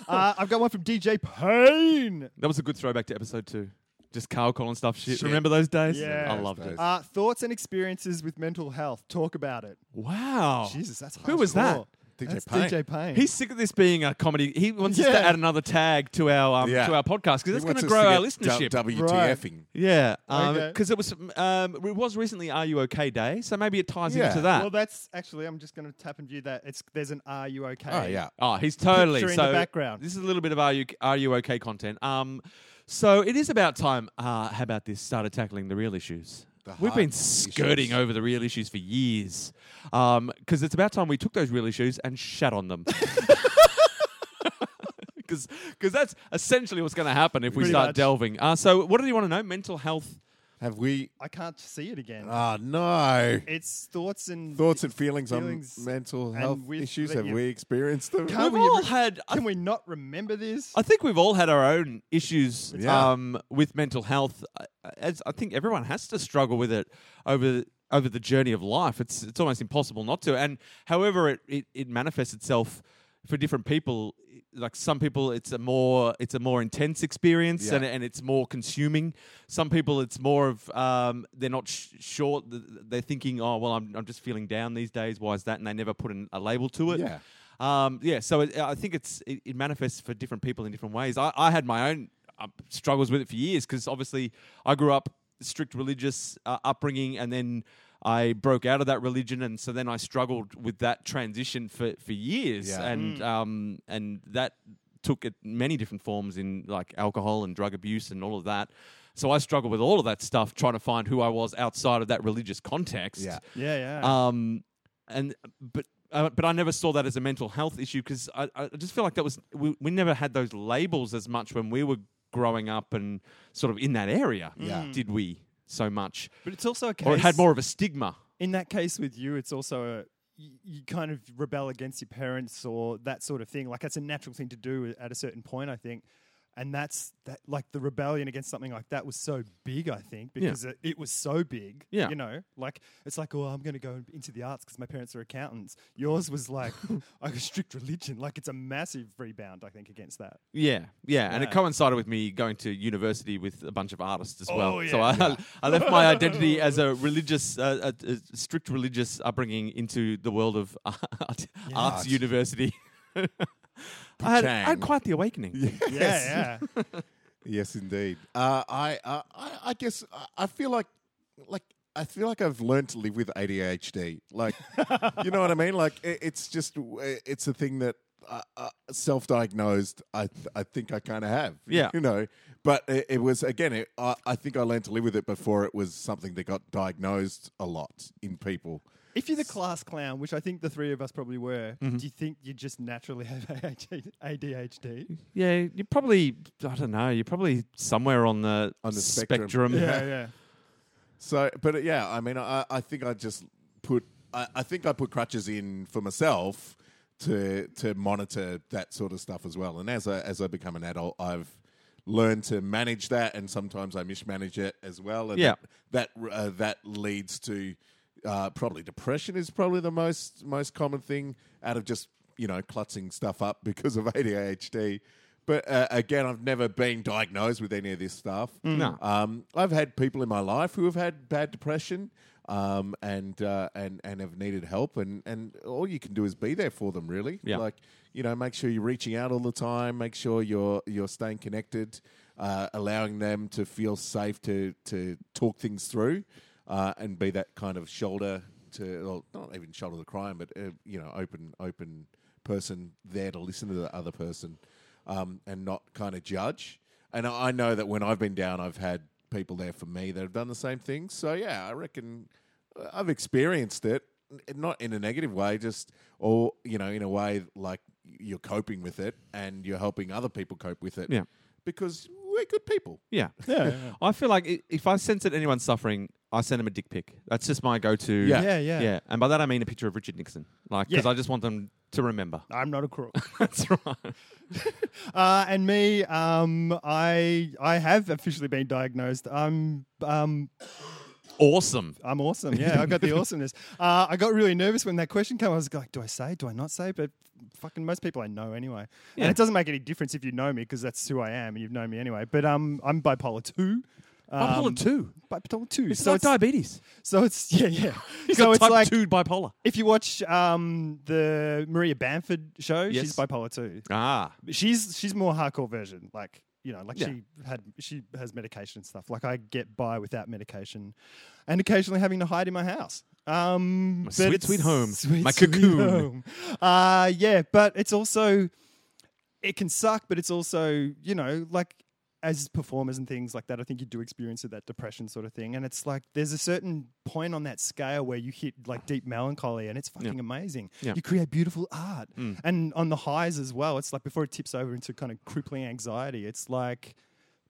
C: uh, I've got one from DJ Payne.
B: That was a good throwback to episode two. Just Carl calling stuff shit.
A: Shit.
B: Remember those days?
C: Yeah.
B: I loved it.
A: Those
C: Uh, thoughts and experiences with mental health. Talk about it.
B: Wow.
C: Jesus, that's hardcore.
B: Who was that?
A: DJ
C: That's
A: Payne.
C: DJ Payne.
B: He's sick of this being a comedy. He wants us to
C: Yeah.
B: add another tag to our um,
A: Yeah.
B: to our podcast because that's
A: He
B: going
A: wants
B: to
A: us
B: grow our
A: get du-
B: listenership.
A: WTFing.
B: yeah, because
C: Okay.
B: it was um, it was recently Are You Okay Day, so maybe it ties
A: Yeah.
B: into that.
C: well, that's actually. I'm just going to tap and view that. It's there's an Are you okay?
A: Oh, yeah.
B: Oh, he's totally
C: picture in
B: so.
C: the background.
B: This is a little bit of are you are you okay content. Um, so it is about time. Uh, how about this? Started tackling the real issues.
A: The
B: We've been
A: hard
B: skirting
A: issues.
B: over the real issues for years, because it's about time we took those real issues and shat on them. Because that's essentially what's going to happen if we
C: Pretty
B: start
C: much.
B: delving. Uh, so what do you want to know? Mental health.
A: Have we?
C: I can't see it again.
A: Ah, no.
C: it's thoughts and
A: Thoughts and feelings,
C: Feelings
A: on mental
C: and
A: health
C: with
A: issues.
C: that
A: Have
C: you-
A: we experienced them?
C: Can't
B: We've
C: we
B: all
C: re-
B: had. I
C: Can we not remember this?
B: I think we've all had our own issues
A: Yeah.
B: um, with mental health. I- As I think everyone has to struggle with it over over the journey of life. It's it's almost impossible not to. And however it, it, it manifests itself for different people, like some people, it's a more it's a more intense experience and,
A: Yeah.
B: and it's more consuming. Some people, it's more of um, they're not sh- sure. th- They're thinking, oh well, I'm I'm just feeling down these days. Why is that? And they never put an, a label to it.
A: Yeah.
B: Um, yeah, so it, I think it's it, it manifests for different people in different ways. I, I had my own uh, struggles with it for years because obviously I grew up strict religious uh, upbringing, and then I broke out of that religion, and so then I struggled with that transition for for years,
A: Yeah.
B: and um, and that took it many different forms in like alcohol and drug abuse and all of that. So I struggled with all of that stuff, trying to find who I was outside of that religious context.
A: Yeah.
C: yeah, yeah.
B: Um, and but uh, but I never saw that as a mental health issue because I, I just feel like that was we, we never had those labels as much when we were growing up and sort of in that area.
A: Yeah. Mm.
B: did we so much
C: but it's also a case.
B: or it had more of a stigma?
C: In that case with you, it's also a, you, you kind of rebel against your parents or that sort of thing. Like that's a natural thing to do at a certain point, I think. And that's that, like the rebellion against something like that was so big, I think, because it, it was so big.
B: Yeah.
C: You know, like it's like, oh, I'm going to go into the arts because my parents are accountants. Yours was like, like a strict religion. Like it's a massive rebound, I think, against that.
B: Yeah, yeah, and it
C: Yeah.
B: coincided with me going to university with a bunch of artists as well.
C: Oh,
B: So I,
C: yeah.
B: I left my identity as a religious, uh, a, a strict religious upbringing into the world of art, arts
A: Art.
B: university. I, had, I had
A: Pachang.
B: quite the awakening.
C: Yeah, yeah.
A: Yes, indeed. Uh, I, uh, I, I guess I, I feel like, like I feel like I've learned to live with ADHD. Like, you know what I mean? Like, it, it's just eh, it's a thing that uh, uh, self-diagnosed. I, th- I think I kind of have.
B: Yeah.
A: you know. But it, it was again. It, I, I think I learned to live with it before it was something that got diagnosed a lot in people.
C: If you're the class clown, which I think the three of us probably were,
B: Mm-hmm.
C: do you think you just naturally have ADHD?
B: Yeah, you probably, I don't know, you're probably somewhere on the
A: On the
B: spectrum.
A: spectrum.
C: yeah, yeah.
A: So, but uh, yeah, I mean, I, I think I just put, I, I think I put crutches in for myself to to monitor that sort of stuff as well. And as I as I become an adult, I've learned to manage that, and sometimes I mismanage it as well. And
B: Yeah.
A: that uh, that leads to uh, probably depression is probably the most most common thing out of just you know clutzing stuff up because of ADHD. But uh, again, I've never been diagnosed with any of this stuff.
B: Mm. No.
A: Um, I've had people in my life who have had bad depression um, and uh, and and have needed help, and and all you can do is be there for them. Really,
B: Yeah.
A: like you know, make sure you're reaching out all the time. Make sure you're you're staying connected, uh, allowing them to feel safe to to talk things through, uh, and be that kind of shoulder to well, not even shoulder the crime, but uh, you know, open open person there to listen to the other person, um, and not kind of judge. And I I know that when I've been down, I've had people there for me that have done the same thing. So yeah, I reckon uh, I've experienced it, n- not in a negative way, just or you know, in a way like you're coping with it and you're helping other people cope with it.
B: Yeah.
A: because we're good people.
B: Yeah. I feel like i- if I sense that anyone's suffering, I send them a dick pic. That's just my go to.
A: Yeah.
C: Yeah, yeah.
B: Yeah. And by that, I mean a picture of Richard Nixon. Like, because
C: Yeah.
B: I just want them to remember.
C: I'm not a crook.
B: That's right.
C: uh, and me, um, I I have officially been diagnosed. I'm um,
B: Awesome.
C: I'm awesome. Yeah, I've got the awesomeness. Uh, I got really nervous when that question came. I was like, do I say? Do I not say? But fucking most people I know anyway.
B: Yeah.
C: And it doesn't make any difference if you know me because that's who I am and you've known me anyway. But um, I'm bipolar two.
B: Bipolar
C: Um,
B: two.
C: Bipolar two.
B: It's like diabetes.
C: So it's yeah, yeah.
B: It's
C: so
B: like
C: it's
B: type
C: like
B: two bipolar.
C: if you watch um, the Maria Bamford show,
B: Yes.
C: she's bipolar too.
B: Ah.
C: She's she's more hardcore version, like you know, like
B: Yeah.
C: she had she has medication and stuff. Like I get by without medication, and occasionally having to hide in my house. Um, but
B: sweet,
C: it's-
B: sweet home.
C: sweet,
B: My
C: sweet
B: cocoon.
C: home. Uh, yeah, but it's also it can suck, but it's also you know like as performers and things like that, I think you do experience that depression sort of thing. And it's like there's a certain point on that scale where you hit like deep melancholy, and it's fucking amazing.
B: Yeah. Mm.
C: You create beautiful art, and on the highs as well. It's like before it tips over into kind of crippling anxiety, it's like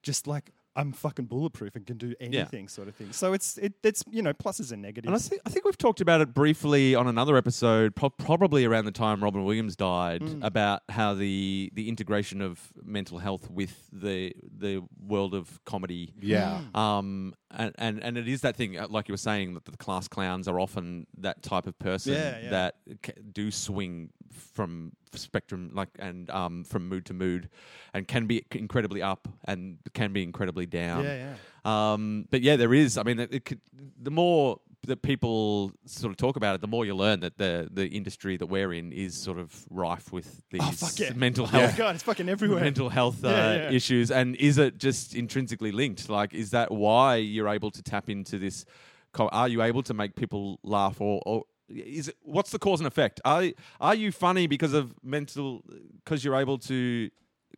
C: just like. I'm fucking bulletproof and can do anything, sort of thing. So it's it, it's you know pluses and negatives.
B: And I think, I think we've talked about it briefly on another episode, pro- probably around the time Robin Williams died,
C: Mm.
B: about how the, the integration of mental health with the the world of comedy.
A: Hmm. Yeah.
B: Um, and, and, and it is that thing, uh, like you were saying, that the class clowns are often that type of person
C: Yeah, yeah.
B: that c- do swing from spectrum, like, and um, from mood to mood and can be incredibly up and can be incredibly down.
C: Yeah, yeah.
B: Um, but yeah, there is. I mean, it, it could, the more that people sort of talk about it, the more you learn that the the industry that we're in is sort of rife with these
C: fuck yeah.
B: mental
C: Oh my
B: health
C: god, it's fucking everywhere.
B: mental health uh,
C: Yeah, yeah.
B: issues and is it just intrinsically linked like is that why you're able to tap into this co- are you able to make people laugh or, or is it, what's the cause and effect are are you funny because of mental because you're able to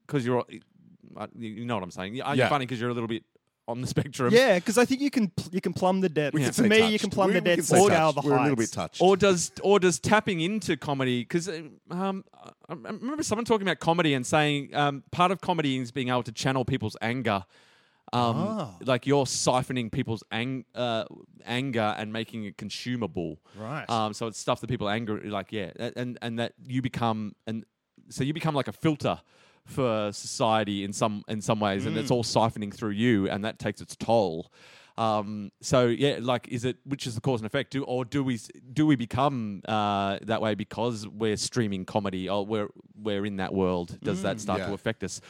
B: because you're uh, you you know what i'm saying are you
A: Yeah.
B: funny because you're a little bit on the spectrum
C: Yeah, because I think you can pl- you can plumb the depth.
A: We can
C: For
A: say
C: me, you
A: touched.
C: can plumb
A: We-
C: the
A: we can
C: depth
A: say
C: all
A: touched.
C: out of the
A: We're a little
C: heights.
A: bit touched.
B: Or does or does tapping into comedy? Because um, I I remember someone talking about comedy and saying um, part of comedy is being able to channel people's anger Um,
C: Ah.
B: Like you're siphoning people's ang- uh, anger and making it consumable.
C: Right.
B: Um, so it's stuff that people anger, like yeah, a- and and that you become and so you become like a filter for society in some in some ways, and
A: Mm.
B: it's all siphoning through you, and that takes its toll. Um, so yeah, like is it which is the cause and effect? Do or do we s- do we become uh, that way because we're streaming comedy? Or we're we're in that world. Does that start to
A: Mm, Yeah.
B: affect us?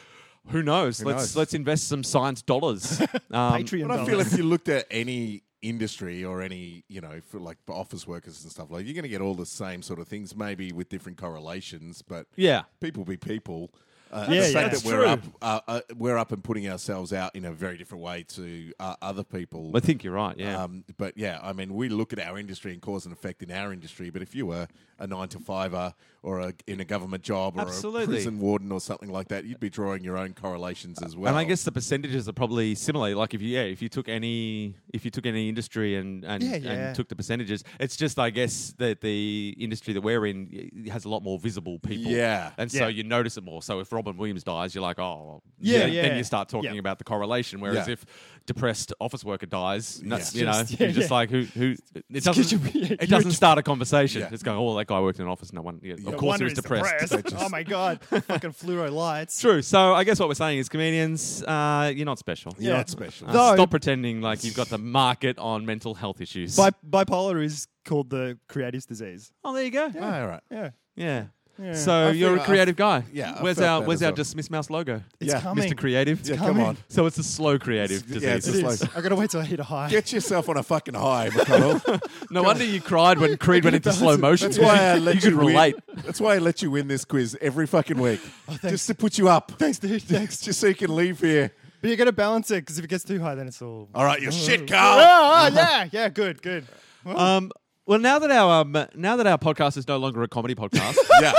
B: Who knows? let's
A: knows?
B: let's invest some science dollars. Um,
C: Patreon.
A: But I
C: dollars.
A: feel if you looked at any industry or any, you know, for like office workers and stuff like, you're going to get all the same sort of things, maybe with different correlations, but
B: yeah.
A: people be people. Uh,
C: Yeah,
A: the
C: yeah.
A: fact
C: That's
A: that we're
B: true.
A: up, uh, uh, we're up and putting ourselves out in a very different way to uh, other people.
B: I think you're right. Yeah.
A: Um, but yeah, I mean, we look at our industry and cause and effect in our industry. But if you were a nine to fiver or a, in a government job or
B: Absolutely. Uh,
A: a prison warden or something like that, you'd be drawing your own correlations as well.
B: And I guess the percentages are probably similar. Like if you yeah, if you took any if you took any industry and and,
C: Yeah, yeah.
B: and took the percentages, it's just I guess that the industry that we're in y- has a lot more visible people.
A: Yeah.
B: and so
C: Yeah.
B: you notice it more. So if Robin Williams dies, you're like, oh, well,
C: Yeah,
B: then-
C: yeah.
B: Then you start talking
C: Yeah.
B: about the correlation. Whereas
A: Yeah.
B: if depressed office worker dies, no,
A: It's
B: you know,
C: just-
B: you're
C: yeah,
B: just
C: yeah.
B: like who who it
C: 'cause
B: doesn't
C: you- you're
B: it doesn't
C: tr-
B: start a conversation.
A: Yeah.
B: It's going, oh, that guy worked in an office. No one, yeah, of
A: No
B: course he
C: Wonder
B: was
C: he's
B: depressed.
C: depressed. oh my god! Fucking fluoro lights.
B: True. So I guess what we're saying is comedians, uh, you're not special.
A: you're
C: yeah.
A: not special.
B: Uh,
C: Though-
B: stop pretending like you've got the market on mental health issues.
C: Bi- bipolar is called the creative's disease.
B: oh, there you go. Yeah.
A: All right.
C: Yeah, Yeah.
B: So
A: I
B: you're
A: feel-
B: a creative guy.
A: yeah, I
B: Where's
A: felt
B: our
A: that
B: Where's
A: as
B: our
A: well.
B: Just Miss Mouse logo?
C: it's
A: Yeah.
C: coming.
B: Mr. Creative.
A: Yeah,
C: Coming.
A: come on.
B: So it's a slow creative
A: It's-
B: disease.
A: yeah,
C: It
A: It's
C: is.
A: like-
C: I gotta wait till I hit a high.
A: Get yourself on a fucking high, McConnell.
B: no wonder you cried when Creed went into slow motion.
A: That's why I let
B: you could
A: win-
B: relate. Oh,
A: That's why I let you win this quiz every fucking week, just to put you up. Thanks, dude. Thanks, just so you can leave here.
C: but you gotta balance it because if it gets too high, then it's all.
A: All right,
C: Mm.
A: you shit, Carl.
C: Oh, oh, yeah, yeah, good, good.
B: Um, well, now that our um, now that our podcast is no longer a comedy podcast,
A: yeah,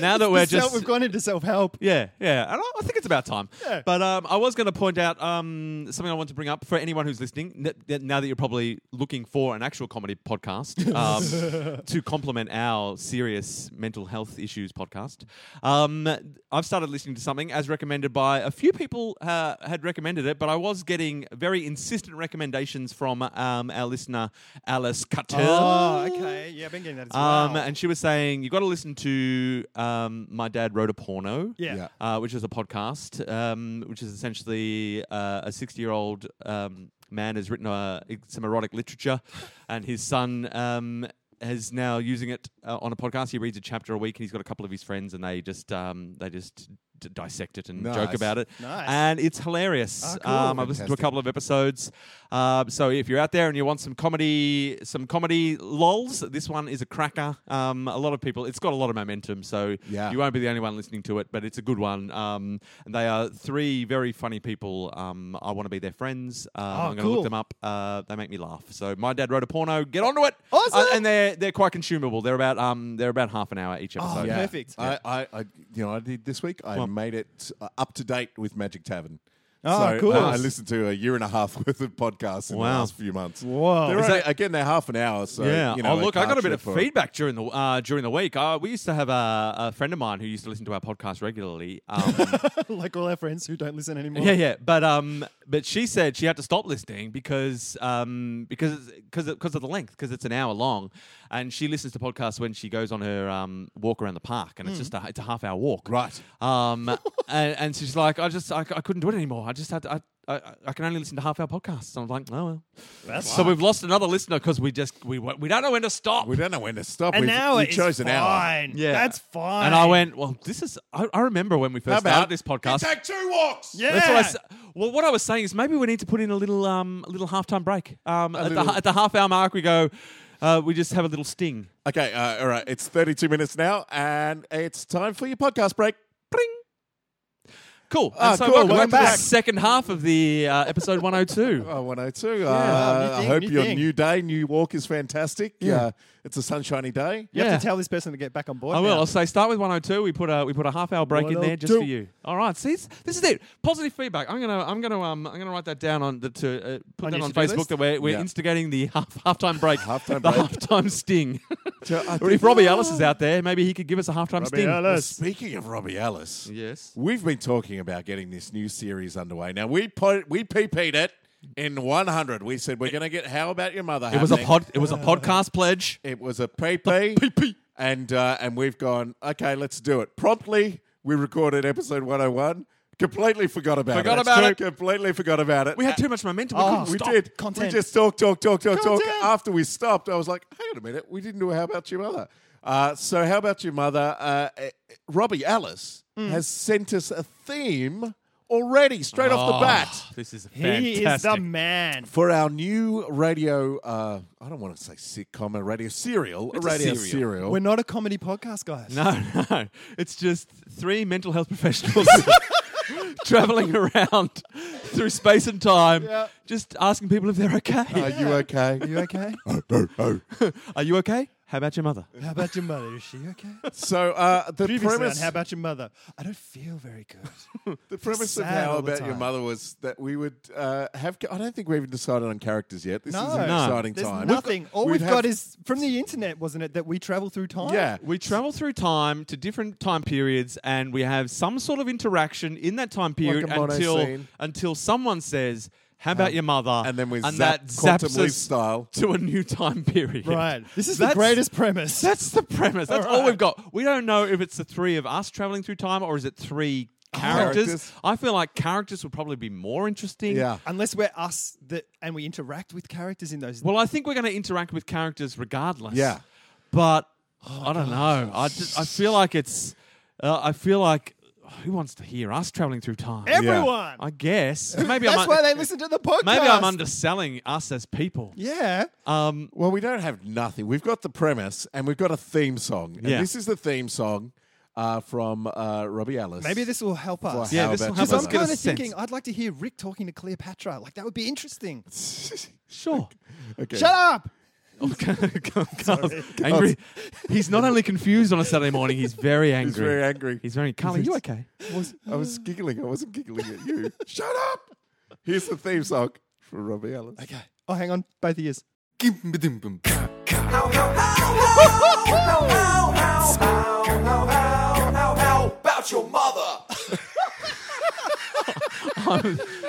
B: now that we're
C: Self-
B: just
C: we've gone into self help.
B: Yeah, yeah. And I, I think it's about time.
C: Yeah.
B: But um, I was going to point out um, something I want to bring up for anyone who's listening. That, that now that you're probably looking for an actual comedy podcast um, to complement our serious mental health issues podcast, um, I've started listening to something as recommended by a few people uh, had recommended it, but I was getting very insistent recommendations from um, our listener Alice Cutter.
C: Oh, okay. Yeah, I've been getting that as well.
B: Um,
A: uh,
B: And she was saying, you've got to listen to um, My Dad Wrote a Porno,
C: yeah.
A: Yeah.
B: uh, which is a podcast, um, which is essentially uh, a 60 year old um, man has written uh, some erotic literature, and his son. Um, is now using it uh, on a podcast. He reads a chapter a week, and he's got a couple of his friends, and they just um, they just d- dissect it and joke
A: Nice.
B: about it.
C: Nice.
B: And it's hilarious.
C: Ah, cool.
B: um, I've listened to a
A: Fantastic.
B: couple of episodes. Um, so if you're out there and you want some comedy, some comedy lols, this one is a cracker. Um, a lot of people, it's got a lot of momentum. So
A: Yeah.
B: you won't be the only one listening to it, but it's a good one. Um, and they are three very funny people. Um, I want to be their friends. Um, I'm going to
C: Ah, cool.
B: look them up. Uh, they make me laugh. So my dad wrote a porno. Get onto it.
C: Awesome.
B: Uh, and they're they're quite consumable. They're about um they're about half an hour each
C: Oh,
B: episode.
A: Yeah.
C: Perfect.
A: I, I, I, you know, I did this week. I made it uh, up to date with Magic Tavern.
C: Oh,
A: so uh,
C: cool.
A: I, I listened to a year and a half worth of podcasts in the
B: Wow.
A: last few months.
C: Whoa.
A: They're
C: Is
A: only- again, they're half an hour. So
B: yeah.
A: you know,
B: oh, look, I
A: can't
B: got a bit of
A: trip or-
B: feedback during the uh, during the week. Uh, we used to have a, a friend of mine who used to listen to our podcast regularly. Um,
C: like all our friends who don't listen anymore.
B: yeah, yeah, but um, but she said she had to stop listening because um, because because because of the length because it's an hour long, and she listens to podcasts when she goes on her um walk around the park, and it's just a, it's a half hour walk,
A: Hmm. Right.
B: Um, and, and she's like, I just I, I couldn't do it anymore. I just had to. I, I, I can only listen to half hour podcasts. I'm like, oh well.
C: That's
B: so we've lost another listener because we just we we don't know when to stop.
A: We don't know when to stop.
C: An
A: We've,
C: hour
A: we chose
C: is
A: an hour.
C: fine.
B: Yeah.
C: That's fine.
B: And I went, well, this is. I, I remember when we
A: How
B: first
A: about
B: started this podcast.
A: You take two walks.
C: Yeah.
B: That's what I s- well, what I was saying is maybe we need to put in a little, um, a little halftime break. Um, at,
A: little-
B: the, at the half hour mark, we go, uh, we just have a little sting.
A: Okay. Uh, all right. It's thirty-two minutes now, and it's time for your podcast break.
B: Bring. Cool.
A: Ah,
B: and so
A: cool.
B: welcome,
A: Welcome
B: back to the
A: back.
B: second half of the uh, episode 102.
A: Oh, 102.
C: wow,
A: uh,
C: new
A: I
C: thing,
A: hope
C: new
A: your
C: thing.
A: new day, new walk is fantastic. Yeah. Uh, it's a sunshiny day.
C: You
B: Yeah.
C: have to tell this person to get back on board.
B: I will.
C: now.
B: I'll say start with 102. We put a we put a half hour break in there just for
C: 102.
B: you. All right. See, it's- this is it. Positive feedback. I'm gonna I'm gonna um I'm gonna write that down on the to uh, put
C: On
B: that
C: your
B: on
C: to-do
B: Facebook
C: list?
B: that we're we're
A: Yeah.
B: instigating the half halftime break,
A: Halftime
B: the
A: break.
B: halftime sting.
A: So I
B: Or if
A: think-
B: Robbie Ellis is out there, maybe he could give us a halftime
C: Robbie
B: sting.
A: Well,
C: Ellis.
A: Speaking of Robbie Ellis,
B: Yes.
A: we've been talking about getting this new series underway. Now we put we PP'd it in 100. We said we're going to get how about your mother?
B: It was a
A: happening.
B: pod. It was a podcast pledge.
A: It was a PP. And uh, and we've gone, okay, let's do it. Promptly, we recorded episode 101. Completely forgot about
B: Forgot
A: it.
B: about it.
A: Completely forgot about it.
B: We had too much momentum.
C: Oh.
B: we couldn't
A: Ah, We
B: stop.
A: did.
C: Content.
A: We just talk, talk, talk, talk, talk.
C: Content.
A: After we stopped, I was like, hang on a minute, we didn't do How About Your Mother. Uh, so, How About Your Mother? Uh, eh, Robbie Alice
C: Hmm.
A: has sent us a theme already, straight
C: Ah.
A: off the bat.
B: Oh, This is fantastic.
C: He is the man.
A: For our new radio, uh, I don't want to say sitcom, a radio serial, a
B: a
A: radio
B: serial.
A: serial.
C: We're not a comedy podcast, guys.
B: No, no. It's just three mental health professionals traveling around through space and time, just asking people if they're okay.
A: Are you okay?
C: Are you okay?
B: Are you okay? How about your mother?
C: How about your mother? Is she okay?
A: So uh, the
C: Previously on
A: premise,
C: How about your mother? I don't feel very good.
A: the premise of
C: Sad
A: how
C: all the
A: about your
C: time.
A: mother was that we would uh, have. I don't think we even decided on characters yet. This is
C: No.
A: an
C: No.
A: exciting
C: There's
A: time.
C: nothing. All
A: We'd
C: we've
A: have-
C: got is from the internet, wasn't it? That we travel through time.
A: yeah.
B: We travel through time to different time periods and we have some sort of interaction in that time period
A: mono
B: until,
A: scene.
B: until someone says, How about your mother?
A: and then we zap
B: that zaps
A: Quantum Leap
B: us
A: style.
B: to a new time period.
C: Right. This is
B: That's-
C: the greatest premise.
B: That's the premise. That's
C: All
B: all
C: right.
B: we've got. We don't know if it's the three of us traveling through time or is it three
C: Oh.
B: characters.
A: Characters.
B: I feel like characters would probably be more interesting.
A: Yeah.
C: Unless we're us that and we interact with characters in those.
B: Well, I think we're going to interact with characters regardless.
A: Yeah.
B: But I don't know. I just I feel like it's. Uh, I feel like who wants to hear us traveling through time?
C: Everyone.
B: I guess maybe
C: That's
B: I'm. un-
C: why they listen to the podcast.
B: maybe I'm underselling us as people.
C: Yeah.
B: Um,
A: Well, we don't have nothing. We've got the premise and we've got a theme song. And
B: Yeah.
A: this is the theme song uh, from uh, Robbie Ellis.
C: Maybe this will help us.
A: For
B: Yeah,
A: How
B: this
A: About
B: will
A: Your
B: help
C: Because
B: us
C: I'm
A: Mother.
B: get a
C: kind of
B: sense.
C: thinking, I'd like to hear Rick talking to Cleopatra. Like that would be interesting.
B: sure.
A: Okay.
C: Shut up.
B: angry. He's not only confused on a Saturday morning; he's very angry.
A: He's very angry.
B: He's very. Carl, are you okay?
A: I was giggling. I wasn't giggling at you. Shut up! Here's the theme song from Robbie Ellis. Okay.
C: Oh, hang on, both ears.
D: About your mother.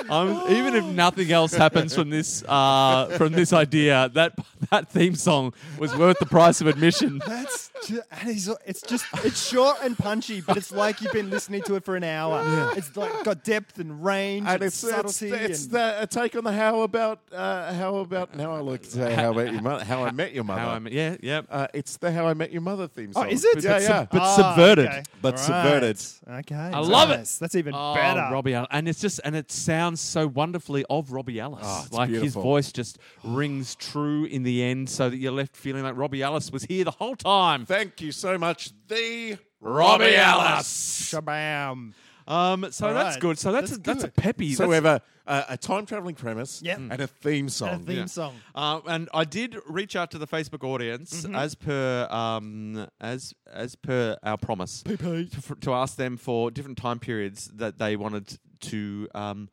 B: Um, even if nothing else happens from this uh, from this idea, that that theme song was worth the price of admission.
C: That's ju- and he's, it's just it's short and punchy, but it's like you've been listening to it for an hour. It's like got depth and range and,
A: And it's it's,
C: subtlety.
A: it's
C: and
A: the, a take on the how about uh, how about now I like to say how about your mother how I met your mother.
B: How I Met- yeah, yeah.
A: uh, it's the how I met your mother theme
C: oh,
A: song.
C: is it?
A: Yeah,
B: But
A: yeah.
B: sub- but subverted.
A: But
C: All
A: subverted.
C: Okay,
B: Ah, I love it.
C: That's even
B: Oh,
C: better.
B: Robbie Al- and it's just and it sounds so wonderfully of Robbie Ellis.
A: Oh, it's
B: like his
A: beautiful.
B: voice just rings true in the end, so that you're left feeling like Robbie Ellis was here the whole time.
A: Thank you so much, the
B: Robbie
A: Robbie Ellis.
C: Shabam.
B: Um, so
C: All
B: that's
C: right.
B: good. So that's
C: That's
B: a, that's a
C: good.
B: peppy.
A: So
B: that's-
A: we have a, a, a time traveling premise
C: Yep.
A: and a theme song.
C: And a theme
B: Yeah.
C: song.
B: Uh, and I did reach out to the Facebook audience
A: Mm-hmm.
B: as per um, as as per our promise to, for, to ask them for different time periods that they wanted to um,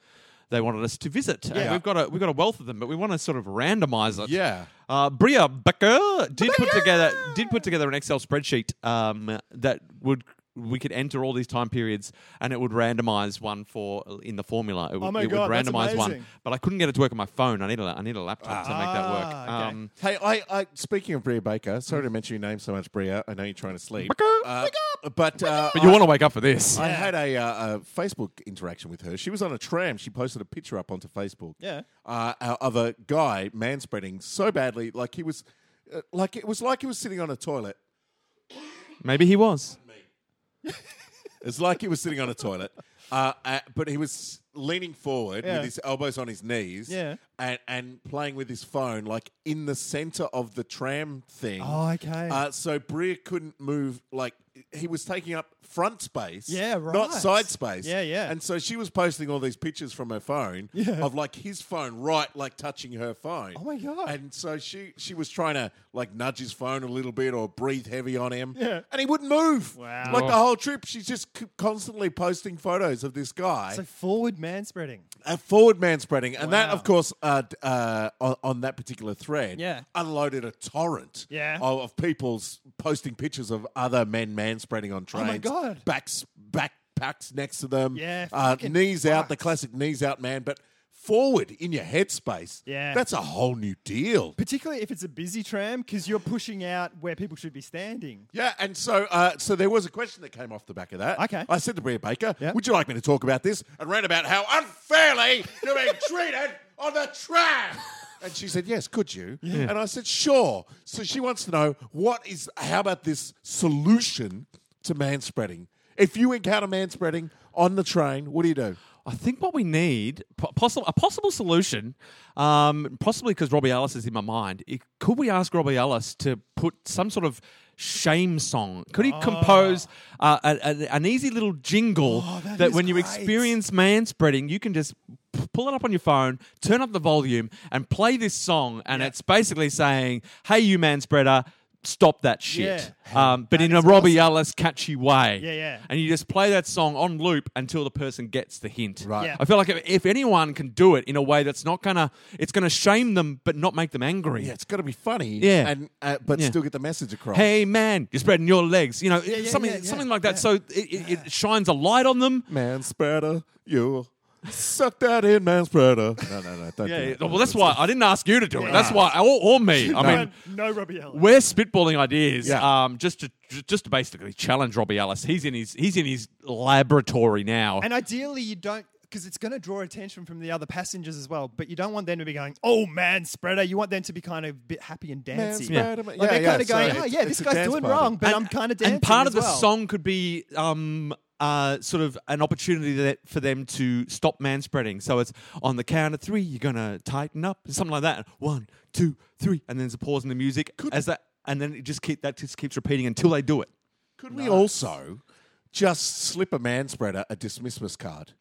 B: they wanted us to visit. And
A: Yeah.
B: we've got a we've got a wealth of them, but we want to sort of randomize it.
A: Yeah.
B: Uh, Bria Becker did put together did put together an Excel spreadsheet um, that would we could enter all these time periods and it would randomize one for in the formula. It would,
C: Oh my
B: it
C: God,
B: would
C: that's
B: randomize one,
C: amazing.
B: but I couldn't get it to work on my phone. I need a I need a laptop to make that work.
C: Ah, okay.
B: Um,
A: Hey, I, I speaking of Bria Baker, sorry to mention your name so much, Bria. I know you're trying to sleep. Uh, But, uh,
B: but you want to wake up for this.
A: I had a, uh, a Facebook interaction with her. She was on a tram. She posted a picture up onto Facebook.
C: Yeah.
A: Uh, o- of a guy manspreading so badly, like he was, uh, like it was like he was sitting on a toilet.
B: Maybe he was.
A: It's like he was sitting on a toilet, uh, uh, but he was leaning forward
C: Yeah.
A: with his elbows on his knees,
C: Yeah.
A: and and playing with his phone, like in the center of the tram thing.
C: Oh, okay.
A: Uh, so Bria couldn't move, like he was taking up front space,
C: Yeah, right.
A: not side space.
C: Yeah, yeah.
A: And so she was posting all these pictures from her phone
C: Yeah.
A: of like his phone, right, like touching her phone.
C: Oh my God.
A: And so she she was trying to like nudge his phone a little bit or breathe heavy on him,
C: Yeah.
A: and he wouldn't move.
C: Wow.
A: Like the whole trip, she's just c- constantly posting photos of this guy
C: So forward man spreading.
A: a forward man spreading, and that,
C: Wow.
A: of course, uh, d- uh, on, on that particular thread,
C: Yeah.
A: unloaded a torrent
C: Yeah.
A: of, of people's posting pictures of other men man spreading on trains.
C: Oh my God.
A: Backs, backpacks next to them.
C: Yeah,
A: uh,
C: fucking
A: knees out, the
C: fucks.
A: classic knees out man, but forward in your headspace.
C: Yeah.
A: that's a whole new deal.
C: Particularly if it's a busy tram, because you're pushing out where people should be standing.
A: Yeah, and so uh, so there was a question that came off the back of that.
C: Okay.
A: I said to Bria Baker,
C: Yeah.
A: "Would you like me to talk about this?" And ran about how unfairly you're being treated on the tram. And she said, "Yes, could you?" And I said, "Sure." So she wants to know what is how about this solution to manspreading? If you encounter manspreading on the train, what do you do?
B: I think what we need, po- possible a possible solution, um, possibly because Robbie Ellis is in my mind. It, could we ask Robbie Ellis to put some sort of shame song? Could he compose uh, a, a- an easy little jingle that,
C: Ah. Oh, is
B: when you
C: great.
B: experience man spreading, you can just p- pull it up on your phone, turn up the volume, and play this song, and it's basically saying, "Hey, you man spreader." Stop that shit. Um, but in a Robbie Ellis catchy way.
C: Yeah, yeah.
B: And you just play that song on loop until the person gets the hint.
A: Right.
C: Yeah.
B: I feel like if, if anyone can do it in a way that's not gonna, it's gonna shame them, but not make them angry.
A: Yeah, it's got to be funny,
B: Yeah.
A: and uh, but
B: Yeah.
A: still get the message across.
B: Hey man, you're spreading your legs. You know,
C: yeah,
B: something,
C: yeah, yeah.
B: something like that. So it, it, it shines a light on them.
A: man spreader, you suck that in, man spreader. No, no, no, don't
B: Yeah.
A: do
B: yeah.
A: that.
B: Well, that's why I didn't ask you to do it.
C: Yeah.
B: That's why, or, or me. I mean,
C: no Robbie Ellis.
B: we're spitballing ideas
A: Yeah.
B: um, just to just to basically challenge Robbie Ellis. He's in his he's in his laboratory now.
C: And ideally, you don't. Because it's going to draw attention from the other passengers as well, but you don't want them to be going, "Oh man, spreader." You want them to be kind of a bit happy and dancey.
A: Man, spreader, man.
C: Like they're kind of
A: so
C: going, "Oh
A: it's-
C: yeah,
A: it's
C: this
A: a
C: guy's
A: dance
C: doing
A: party.
C: wrong, but I'm kind of dancing."
B: and part
C: as
B: of the
C: well."
B: song could be um, uh, sort of an opportunity that, for them to stop man spreading. So it's on the count of three, you're gonna tighten up, something like that. One, two, three, and then there's a pause in the music as that, and then it just keep that just keeps repeating until they do it.
A: Could we also just slip a man spreader a dismissmas card?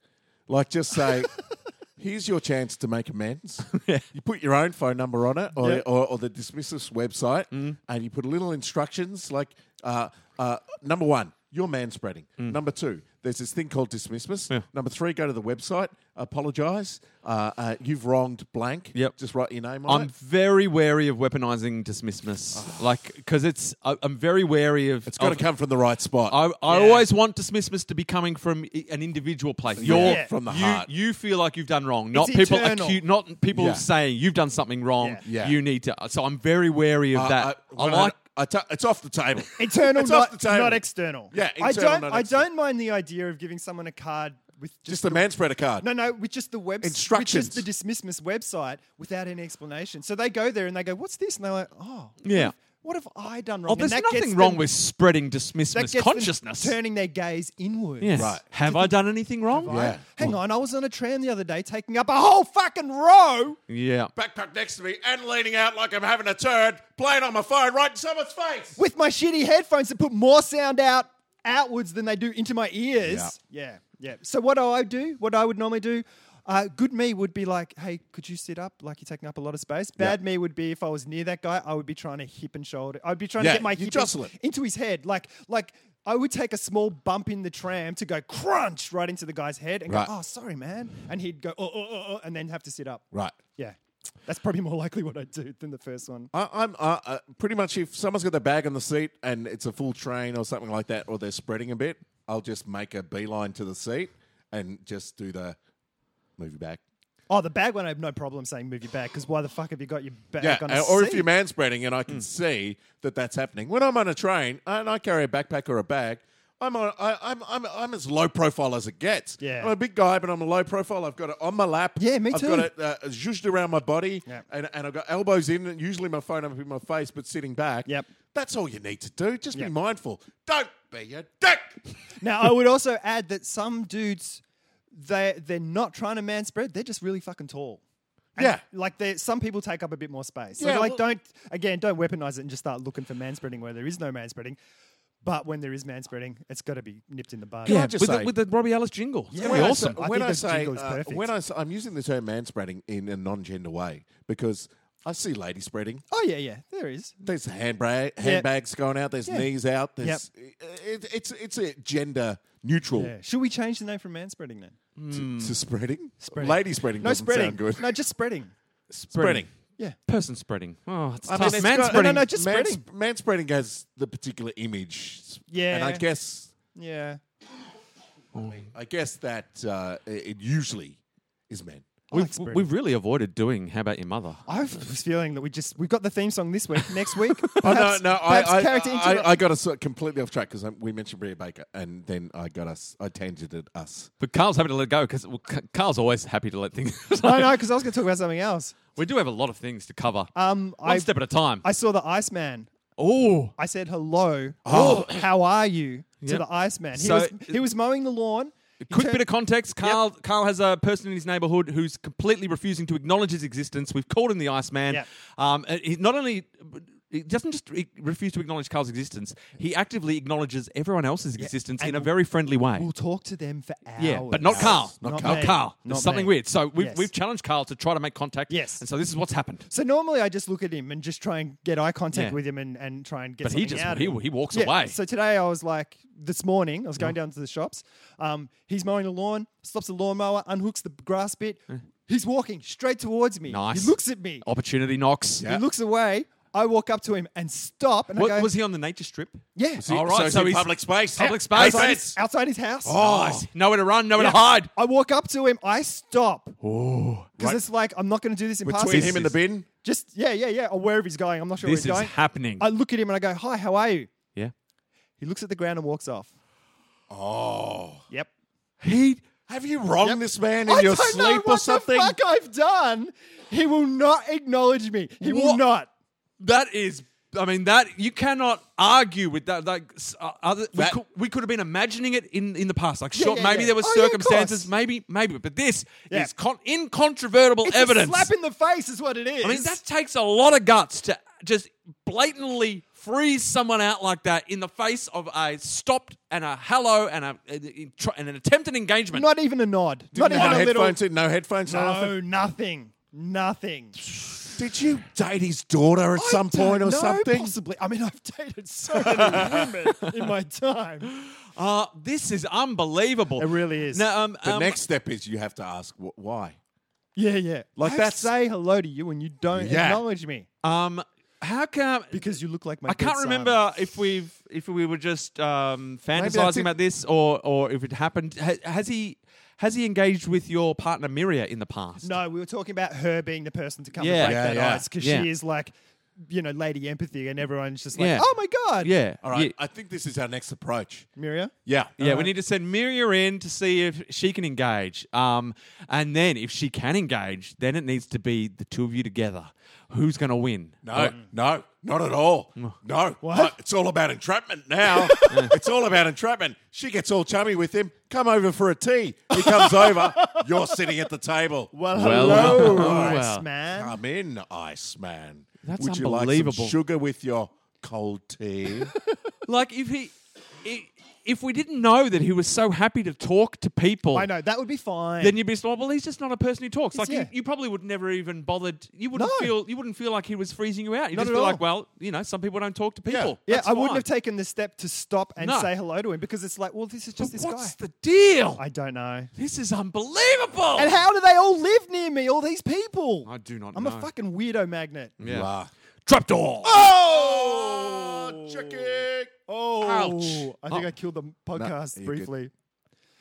A: Like just say, here's your chance to make amends. You put your own phone number on it or, or, or the dismissmas website
C: Mm.
A: and you put little instructions like uh, uh, number one, you're man spreading.
C: Mm.
A: Number two, there's this thing called dismissmas. Number three, go to the website, apologize. Uh, uh, you've wronged blank.
B: Yep.
A: Just write your name on
B: I'm
A: it.
B: very wary of weaponizing dismissmas, like because it's I, I'm very wary of.
A: It's got to come from the right spot.
B: I, I
C: Yeah.
B: always want dismissmas to be coming from i- an individual place. You're
C: Yeah.
A: From the
B: you,
A: heart.
B: You feel like you've done wrong, not
C: It's
B: people
C: internal.
B: acute, not people
A: Yeah.
B: saying you've done something wrong.
A: Yeah. Yeah.
B: You need to. So I'm very wary of
A: Uh,
B: that. I,
A: when
B: like.
A: I ta- it's off the table.
C: internal,
A: It's
C: not,
A: off the table.
C: not external.
A: Yeah,
C: I
A: internal,
C: don't.
A: not
C: I
A: external.
C: don't mind the idea of giving someone a card with just,
A: Just the man spreader card.
C: no, no, with just the web
A: Instructions.
C: with just the dismissmas website without any explanation. So they go there and they go, "What's this?" And they're like, "Oh,
B: Yeah.
C: what have I done wrong?"
B: Oh,
C: And
B: there's
C: that gets
B: nothing
C: them-
B: wrong with spreading
C: that
B: dismissmas
C: gets them
B: consciousness.
C: turning their gaze inward.
B: yes.
A: Right.
B: Have I done anything wrong?
A: I? Yeah.
C: Hang on, I was on a tram the other day taking up a whole fucking row.
B: Yeah.
A: backpack next to me and leaning out like I'm having a turd, playing on my phone right in someone's face.
C: with my shitty headphones that put more sound out outwards than they do into my ears. Yeah, yeah. So what do I do? What I would normally do? Uh, good me would be like, hey, could you sit up? Like you're taking up a lot of space. Bad me would be if I was near that guy, I would be trying to hip and shoulder. I'd be trying
A: Yeah,
C: to get my
A: you
C: hip
A: jostle it.
C: into his head. Like, like I would take a small bump in the tram to go crunch right into the guy's head and
A: Right.
C: go, oh, sorry, man. And he'd go, oh, oh, oh, oh, and then have to sit up.
A: Right.
C: Yeah. That's probably more likely what I'd do than the first one.
A: I, I'm uh, uh, pretty much if someone's got their bag on the seat and it's a full train or something like that, or they're spreading a bit, I'll just make a beeline to the seat and just do the move you back.
C: Oh, the bag one, I have no problem saying move your bag because why the fuck have you got your bag
A: Yeah, uh,
C: on a
A: or if
C: seat?
A: you're man spreading and I
C: Hmm.
A: can see that that's happening. When I'm on a train and I carry a backpack or a bag, I'm on, I, I'm, I'm, I'm as low profile as it gets.
C: Yeah.
A: I'm a big guy, but I'm a low profile. I've got it on my lap.
C: Yeah, me
A: I've
C: too.
A: got it uh, zhuzhed around my body,
C: Yeah.
A: and, and I've got elbows in, and usually my phone up in my face, but sitting back.
C: Yep.
A: That's all you need to do. Just
C: Yep.
A: be mindful. Don't be a dick.
C: now, I would also add that some dudes, they they're not trying to man spread; they're just really fucking tall.
A: yeah.
C: Like they, some people take up a bit more space. So
A: Yeah,
C: like
A: well-
C: don't again, don't weaponize it and just start looking for man spreading where there is no man spreading. But when there is manspreading, it's got to be nipped in the bud.
A: Yeah, I
B: with,
A: just
B: the,
A: say-
B: with the Robbie Ellis jingle. It's
C: Yeah.
B: gonna be
C: When I
B: awesome.
C: saw- I
A: when
C: think
A: I
C: that
A: say
C: jingle is
A: uh,
C: perfect.
A: when I say, I'm using the term man spreading in a non-gender way because I see lady spreading.
C: Oh yeah, yeah, there is.
A: There's handbag handbags going out. There's
C: Yeah.
A: knees out. There's it, it's it's a gender neutral
C: Yeah. Should we change the name from manspreading then?
A: to, to spreading.
C: Spreading.
A: Lady spreading
C: No
A: doesn't
C: spreading.
A: sound good.
C: No, just spreading.
A: Spreading.
C: Yeah.
B: Person spreading. Oh, it's
A: I mean,
B: tough.
A: it's
B: Man
A: got-
B: spreading.
C: No, no, just
A: man,
C: spreading.
A: Man spreading has the particular image.
C: Yeah.
A: and I guess
C: Yeah.
A: I guess that uh, it it usually is men.
C: like
B: We've,
C: spreading.
B: we've really avoided doing How About Your Mother?
C: I was feeling that we just we got the theme song this week. Next week,
A: Oh,
C: perhaps-
A: no, no, I,
C: perhaps
A: I,
C: character
A: I,
C: intro-
A: I, got us uh, completely off track because we mentioned Bria Baker, and then I got us, I tangented us.
B: But Carl's happy to let go because Carl's always happy to let things.
C: I know because I was going to talk about something else.
B: we do have a lot of things to cover.
C: Um,
B: One
C: I
B: step at a time.
C: I saw the Iceman.
B: oh,
C: I said hello.
A: Oh.
C: how are you to
B: Yep.
C: the Iceman? He,
B: So-
C: was, he was mowing the lawn. He
B: quick
C: turned-
B: bit of context. Carl Carl has a person in his neighbourhood who's completely refusing to acknowledge his existence. We've called him the Iceman.
C: Yep.
B: Um, and he not only. He doesn't just re- refuse to acknowledge Carl's existence. He actively acknowledges everyone else's existence in
C: and
B: a very friendly way.
C: We'll talk to them for hours.
B: Yeah, but not Carl.
A: Not
B: Not,
A: Carl.
C: me.
B: Carl.
C: Not
B: There's something
C: me.
B: weird. So we've,
C: Yes.
B: we've challenged Carl to try to make contact.
C: Yes.
B: And so this is what's happened.
C: So normally I just look at him and just try and get eye contact
B: Yeah.
C: with him and, and try and get
B: But he
C: something
B: just
C: out of
B: he,
C: him.
B: he walks
C: Yeah,
B: away.
C: So today I was like, this morning I was going down to the shops. Um, he's mowing the lawn, stops the lawnmower, unhooks the grass bit. He's walking straight towards me.
B: nice. Oh,
C: He looks at me.
B: Opportunity knocks.
A: Yeah.
C: He looks away. I walk up to him and stop. And
B: What,
C: I go,
B: was he on the nature strip?
C: Yeah.
B: he- All right,
A: it's
B: so
A: in
B: he's-
A: public space.
B: Public
A: Hey,
B: space.
C: outside,
A: friends.
C: his, outside his house.
B: Nice. Nowhere to run, nowhere to hide.
C: I walk up to him. I stop. Oh, because
A: Right.
C: it's like I'm not going to do this in
A: Between
C: passing.
A: him and the bin,
C: Just yeah, yeah, yeah. Or wherever he's going, I'm not sure
B: This is
C: where he's going.
B: happening.
C: I look at him and I go, "Hi, how are you?"
B: yeah.
C: He looks at the ground and walks off. Oh. Yep.
B: He
A: have you wronged this man in
C: I
A: your
C: don't know
A: sleep or
C: what
A: something?
C: The fuck I've done. He will not acknowledge me. He will
B: What?
C: not.
B: that is I mean that you cannot argue with that. Like s- uh, other,
A: That-
B: we, could, we could have been imagining it in, in the past. Like
C: Yeah,
B: sure,
C: yeah,
B: maybe
C: yeah.
B: there were
C: Oh, yeah, of
B: circumstances,
C: course.
B: maybe maybe, but this
C: Yeah.
B: is con- incontrovertible
C: It's
B: evidence.
C: a slap in the face, is what it is.
B: I mean, that takes a lot of guts to just blatantly freeze someone out like that in the face of a stopped and a hello and a and an attempted engagement.
C: not even a nod.
A: Didn't
C: not even
A: have
C: a little.
A: headphones in, no headphones, no. nothing.
C: No, nothing. Nothing.
A: Did you date his daughter at some point or
C: no,
A: something?
C: Possibly. I mean, I've dated so many women in my time.
B: Uh, this is unbelievable.
C: It really is.
B: Now, um,
A: The
B: um,
A: next step is you have to ask wh- why.
C: Yeah, yeah.
A: Like
C: I
A: that's-
C: say hello to you and you don't
A: Yeah.
C: acknowledge me
B: um, how come?
C: because you look like my.
B: I can't
C: dead son.
B: remember if we've if we were just um,
A: that's
B: fantasizing
A: it.
B: about this or or if it happened. Ha- has he has he engaged with your partner Miria in the past?
C: No, we were talking about her being the person to come
B: Yeah.
C: and break
A: Yeah,
C: that
A: yeah.
C: ice because
B: Yeah.
C: she is like, you know, lady empathy, and everyone's just like,
B: Yeah.
C: oh my god,
B: Yeah.
A: All right,
B: Yeah.
A: I think this is our next approach.
C: Miria.
A: Yeah,
B: Yeah,
C: Uh-huh.
B: we need to send Miria in to see if she can engage. Um, and then if she can engage, then it needs to be the two of you together. Who's going to win?
A: No, no, not at all.
B: Mm.
A: No, Uh,
C: What?
A: it's all about entrapment now. it's all about entrapment. She gets all chummy with him. Come over for a tea. He comes over. You're sitting at the table.
C: Well,
B: Well,
C: hello,
B: well.
C: Ice man.
A: come in, Iceman.
B: That's
A: Would you like
B: unbelievable.
A: some sugar with your cold tea?
B: Like if he, i- if we didn't know that he was so happy to talk to people,
C: I know that would be fine.
B: Then you'd be just like, well, he's just not a person who talks. Like
C: yeah.
B: you, you probably would never even bothered. You wouldn't
C: No.
B: feel you wouldn't feel like he was freezing you out. You'd
C: Not
B: just
C: at
B: be
C: all.
B: like, well, you know, some people don't talk to people.
C: yeah,
B: That's
C: I wouldn't
B: fine.
C: have taken the step to stop and
B: No.
C: say hello to him because it's like, well, this is just this guy.
B: What's the deal?
C: I don't know.
B: this is unbelievable.
C: And how do they all live near me? All these people.
B: I do not
C: I'm
B: know.
C: a fucking weirdo magnet.
A: You
B: yeah.
A: are.
B: Trapdoor.
A: Oh, check it.
C: Oh,
B: Ouch.
C: I think
B: Oh.
C: I killed the podcast
A: you're good.
C: briefly.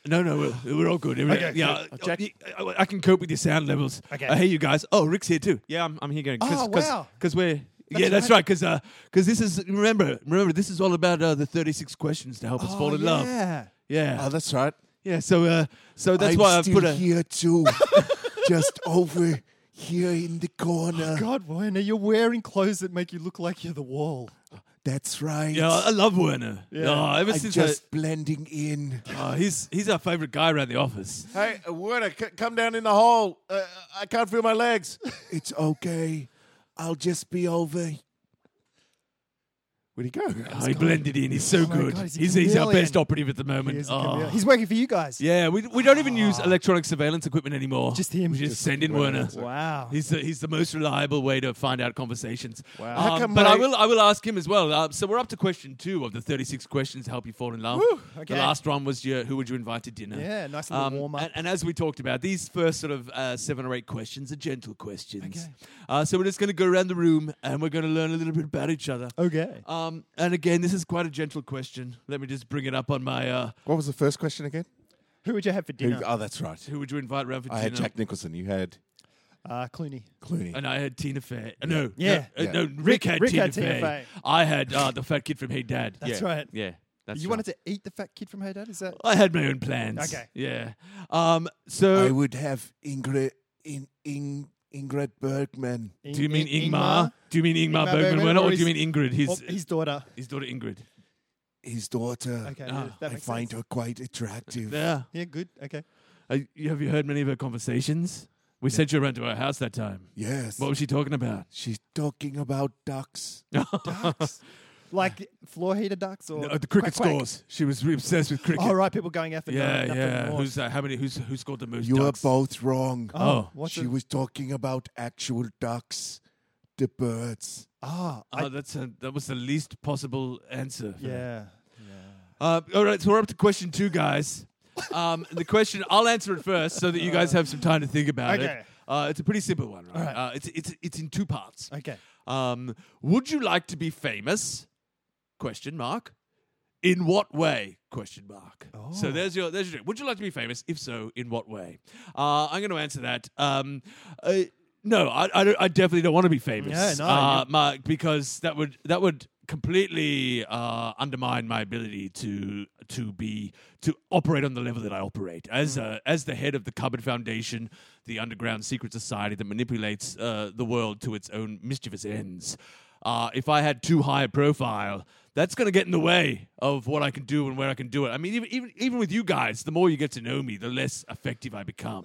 B: No, no, we're, we're all good.
C: Okay,
B: yeah,
C: good. Jack-
B: I, I can cope with your sound levels.
C: Okay.
B: I hear you guys. Oh, Rick's here too. Yeah, I'm, I'm here going.
C: Oh, wow.
B: Because we're. yeah, that's right. Because this is remember remember this is all about uh, the 36 questions to help us fall in love.
C: Oh, Yeah.
B: Yeah,
A: Oh, that's right.
B: yeah. So uh, so that's
A: I'm
B: why I've
A: still
B: put a.
A: here too, just over here in the corner.
C: God, Werner, you're wearing clothes that make you look like you're the wall.
A: That's right.
B: Yeah, I love Werner. Yeah, ever
A: I'm
B: since
A: just blending in.
B: I, oh, he's he's our favorite guy around the office.
A: Hey, uh, Werner, c- come down in the hole. Uh, I can't feel my legs. it's okay. I'll just be over.
E: Where'd he go?
B: Oh, he blended in. He's so
C: my
B: good.
C: God, he's a
B: he's, he's our
C: chameleon.
B: best operative at the moment.
C: He is a
B: Oh.
C: chameleon. He's working for you guys.
B: Yeah, we, we don't even use electronic surveillance equipment anymore.
C: Just him.
B: We just, send in Werner.
C: Wow.
B: He's the, he's the most reliable way to find out conversations. Wow.
E: How come
B: but
E: my-
B: I will I will ask him as well. Uh, so we're up to question two of the thirty six questions to help you fall in love.
C: okay.
B: The last one was your who would you invite to dinner? Um,
C: Yeah, nice little warm-up.
B: And, and as we talked about, these first sort of uh, seven or eight questions are gentle questions. Uh, so we're just going to go around the room and we're going to learn a little bit about each other.
C: Okay.
B: Um, and again, this is quite a gentle question. Let me just bring it up on my uh,
E: What was the first question again?
C: Who would you have for
E: Who-
C: dinner?
E: Oh, that's right.
B: who would you invite round for
E: I
B: dinner?
E: had Jack Nicholson. You had
C: Uh, Clooney.
E: Clooney.
B: And I had Tina Fey. Uh, no,
C: Yeah.
B: no, uh,
E: Yeah.
B: no, Rick had
C: Rick
B: Tina,
C: had Tina
B: Fey.
C: Fey.
B: I had uh, the fat kid from Hey Dad.
C: That's
B: yeah.
C: right.
B: Yeah, that's
C: you
B: right.
C: wanted to eat the fat kid from Hey Dad? Is that?
B: I had my own plans.
C: Okay. Oh,
B: Yeah. Um. So
E: I would have Ingrid in, in Ingrid Bergman.
B: do you mean Ingmar? Do you mean Ingmar,
C: Ingmar
B: Bergman,
C: Bergman,
B: Werner,
C: or
B: or do you
C: his-
B: mean Ingrid? His
C: Or his daughter.
B: his daughter Ingrid.
E: His daughter.
C: Okay.
B: Ah,
C: yeah, that
E: I
C: makes
E: find
C: sense.
E: her quite attractive.
B: Yeah.
C: Yeah, good. Okay.
B: Uh, you- have you heard many of her conversations? We sent you around to her house that time.
E: Yes.
B: What was she talking about?
E: She's talking about ducks.
C: Ducks. like floor heater ducks or
B: Uh, the cricket
C: quack, quack.
B: scores. She was re- obsessed with cricket.
C: Oh, right, people going after
B: Yeah,
C: nine up
B: yeah.
C: and more.
B: Who's uh, how many? Who's who scored the most?
E: You
B: ducks?
E: are both wrong.
B: Oh,
C: Uh, what's
E: she
C: it?
E: was talking about actual ducks, the birds.
C: Ah,
B: Oh,
C: I-
B: that's a, that was the least possible answer. for that.
C: yeah.
B: Uh, all right, so we're up to question two, guys. Um, the question I'll answer it first, so that you guys have some time to think about
C: Okay.
B: it. Uh, it's a pretty simple one, right?
C: All right.
B: Uh, it's it's it's in two parts.
C: Okay.
B: Um, would you like to be famous? Question mark. In what way? Question mark.
C: Oh.
B: So there's your there's your. Would you like to be famous? If so, in what way? Uh, I'm going to answer that. Um, uh, no, I, I, don't- I definitely don't want to be famous.
C: Yeah, no,
B: uh, Mark, because that would that would completely uh, undermine my ability to to be to operate on the level that I operate
C: Hmm.
B: as uh, as the head of the Cupboard Foundation, the underground secret society that manipulates uh, the world to its own mischievous ends. Uh, if I had too high a profile, that's going to get in the way of what I can do and where I can do it. I mean, even even even with you guys, the more you get to know me, the less effective I become.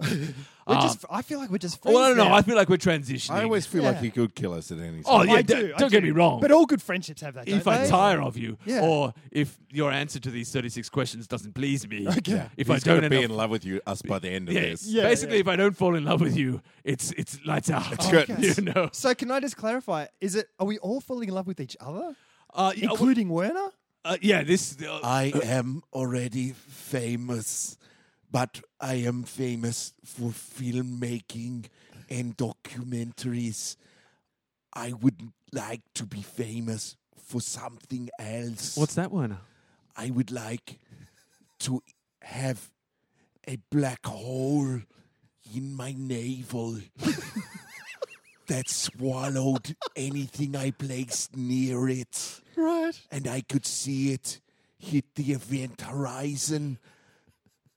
C: We're
B: Um,
C: just, I feel like we're just friends.
B: well, I don't know.
C: now.
B: I feel like we're transitioning.
E: I always feel like
C: Yeah.
E: he could kill us at any time.
B: Oh yeah,
C: I
B: d-
C: do, I
B: don't get
C: do.
B: me wrong.
C: But all good friendships have that.
B: if
C: don't
B: I
C: they?
B: tire of you,
C: Yeah.
B: or if your answer to these thirty-six questions doesn't please me,
C: Okay.
B: if
E: He's
B: I don't
E: gonna
B: end
E: be
B: up-
E: in love with you, us by the end of
B: yeah,
E: this.
C: Yeah,
B: basically,
C: yeah.
B: if I don't fall in love with you, it's it's lights out. It's
E: good.
B: you know.
C: So can I just clarify? Is it? Are we all falling in love with each other,
B: Uh, yeah, w-
C: including Werner?
B: uh, yeah, this. Uh,
E: I am already famous, but I am famous for filmmaking and documentaries. I would like to be famous for something else.
B: that one?
E: I would like to have a black hole in my navel that swallowed anything I placed near it.
C: Right.
E: and I could see it hit the event horizon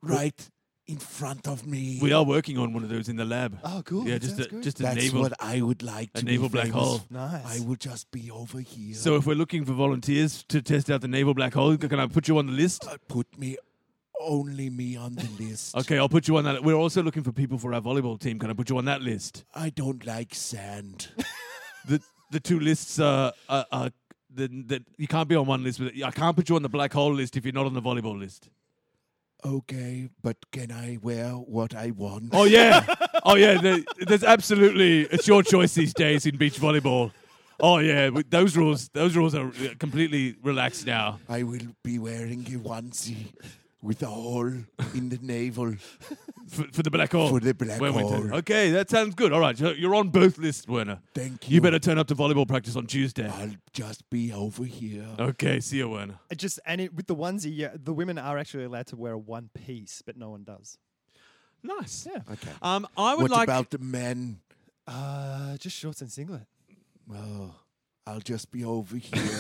E: right in front of me.
B: We are working on one of those in the lab.
C: Oh, cool.
B: Yeah,
C: That
B: just a,
C: sounds good.
B: just a
E: That's
B: naval.
E: what I would like
B: a
E: to be
B: naval black
E: famous
B: hole.
E: for.
C: Nice.
E: I will just be over here.
B: So if we're looking for volunteers to test out the naval black hole, can I put you on the list?
C: Uh,
E: But put me only me on the list.
B: Okay, I'll put you on that. We're also looking for people for our volleyball team. Can I put you on that list?
E: I don't like sand.
B: the the two lists uh uh, uh the, the, you can't be on one list. With I can't put you on the black hole list if you're not on the volleyball list.
E: okay, but can I wear what I want?
B: Oh yeah, oh yeah. the- there's absolutely it's your choice these days in beach volleyball. Oh yeah, with those rules those rules are uh, completely relaxed now.
E: I will be wearing a onesie with a hole in the navel.
B: for, for the black hole.
E: For the black
B: Werwington.
E: hole.
B: Okay, that sounds good. All right, you're you're on both lists, Werner.
E: Thank
B: You
E: you.
B: better turn up to volleyball practice on Tuesday.
E: I'll just be over here.
B: Okay, see you, Werner.
C: It just and it, with the onesie, yeah, the women are actually allowed to wear a one piece, but no one does.
B: Nice.
C: Yeah.
E: Okay.
B: Um, I would
E: What
B: like.
E: about the men?
C: Uh, just shorts and singlet.
E: Oh, I'll just be over here.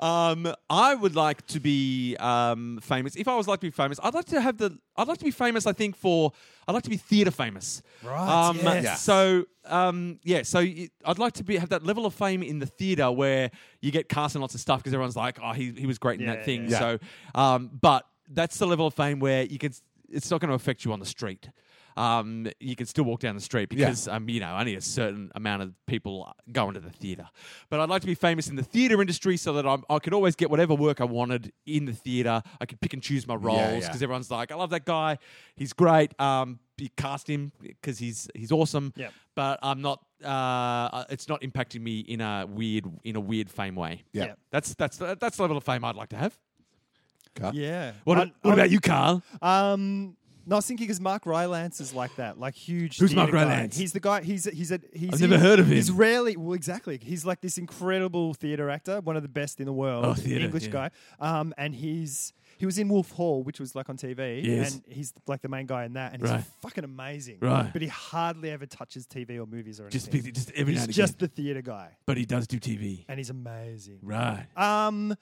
B: Um, I would like to be um, famous. If I was like to be famous, I'd like to have the. I'd like to be famous. I think for. I'd like to be theatre famous.
C: Right,
B: Um,
C: yes. Yeah.
B: So um, yeah. So y- I'd like to be have that level of fame in the theatre where you get cast in lots of stuff because everyone's like, oh, he he was great in
C: Yeah,
B: that thing.
E: yeah.
B: So, um, but that's the level of fame where you can. It's not going to affect you on the street. um, you can still walk down the street because um, you know only a certain amount of people go into the theater. But I'd like to be famous in the theater industry so that I'm, I could always get whatever work I wanted in the theater. I could pick and choose my roles because
A: yeah.
B: everyone's like, "I love that guy, he's great." Um, you cast him because he's he's awesome.
C: Yep.
B: But I'm not. Uh, it's not impacting me in a weird in a weird fame way.
A: Yeah.
C: Yeah.
B: That's that's that's the level of fame I'd like to have.
A: Cut.
C: Yeah.
B: What,
C: I-
B: what
C: I-
B: about you, Carl?
C: Um, no, I was thinking because Mark Rylance is like that, like huge.
B: Who's
C: theatre
B: Mark
C: guy.
B: Rylance?
C: He's the guy. He's he's a. He's
B: I've never heard of
C: He's
B: him.
C: rarely. Well, exactly. He's like this incredible theatre actor, one of the best in the world.
B: Oh, theatre,
C: English
B: yeah.
C: guy. Um, and he's he was in Wolf Hall, which was like on TV.
B: Yes.
C: And he's like the main guy in that, and he's
B: Right.
C: fucking amazing.
B: Right.
C: But he hardly ever touches TV or movies or
B: Just
C: anything.
B: pick- just every now
C: he's
B: and
C: just
B: again.
C: the theatre guy,
B: But he does do TV.
C: and he's amazing.
B: Right.
C: Um,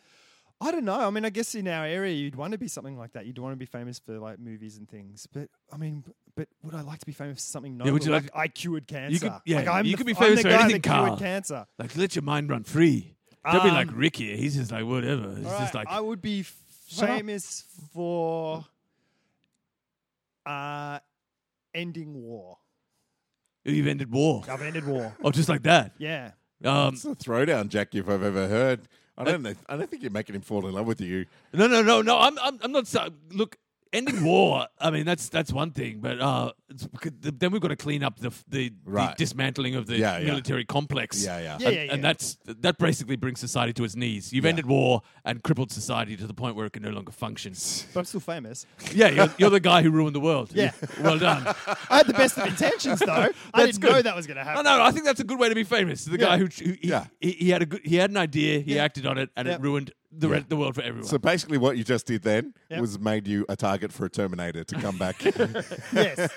C: I don't know. I mean, I guess in our area, you'd want to be something like that. You'd want to be famous for like movies and things. But I mean, b- but would I like to be famous for something? Novel?
B: would you like
C: like, I cured cancer?
B: could- yeah,
C: like, I'm
B: you
C: the,
B: could be
C: I'm
B: famous
C: the
B: for
C: guy
B: anything,
C: that cured
B: Carl.
C: cancer.
B: Like let your mind run free. Don't be like
C: Um,
B: Ricky. He's just like whatever. It's
C: All
B: just
C: right,
B: like
C: I would be
B: Shut up.
C: famous for uh, ending war.
B: you've ended war.
C: I've ended war.
B: Oh, just like that.
C: Yeah.
B: Um,
A: It's a throwdown, Jack, if I've ever heard. I don't know. I don't think you're making him fall in love with you.
B: no, no, no, no. I'm, I'm, I'm not. So, look, ending war. I mean, that's that's one thing, but uh, it's, because the- then we've got to clean up the f- the, the
A: Right.
B: dismantling of the
A: Yeah, yeah.
B: military complex.
A: Yeah, yeah.
C: Yeah,
B: and,
C: yeah,
B: and
C: yeah.
B: that's that basically brings society to its knees. You've
A: Yeah.
B: ended war and crippled society to the point where it can no longer function.
C: But I'm still famous.
B: yeah, you're, you're the guy who ruined the world.
C: Yeah.
B: well done.
C: I had the best of intentions, though. I
B: That's
C: didn't
B: good.
C: know that was going to happen.
B: Oh, No, no, I think that's a good way to be famous. The guy
C: Yeah.
B: who, who he,
A: Yeah.
B: he, he had a good, he had an idea, he acted on it, and
C: Yep.
B: it ruined the re- the world for everyone.
A: So basically, what you just did then
C: Yep.
A: was made you a target for a Terminator to come back.
C: Yes.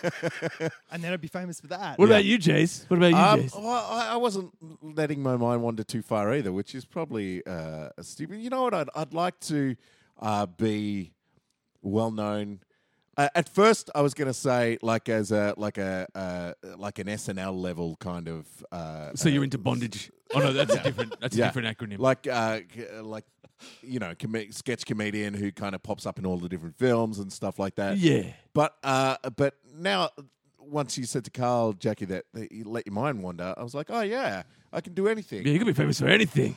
C: and then I'd be famous for that.
B: what about you, Jace? What about you,
A: Um,
B: Jace?
A: well, I, I wasn't letting my mind wander too far either, which is probably uh, stupid. You know what? I'd, I'd like to uh, be well known. Uh, at first, I was going to say like as a like a uh, like an SNL level kind of. Uh,
B: So
A: uh,
B: you're into bondage? Oh no, that's a different that's a
A: Yeah.
B: different acronym.
A: like uh, c- uh, like you know com- sketch comedian who kind of pops up in all the different films and stuff like that.
B: yeah,
A: But uh, but now, once you said to Carl, Jackie, that, that you let your mind wander, I was like, oh yeah, I can do anything.
B: yeah, you could be famous for anything.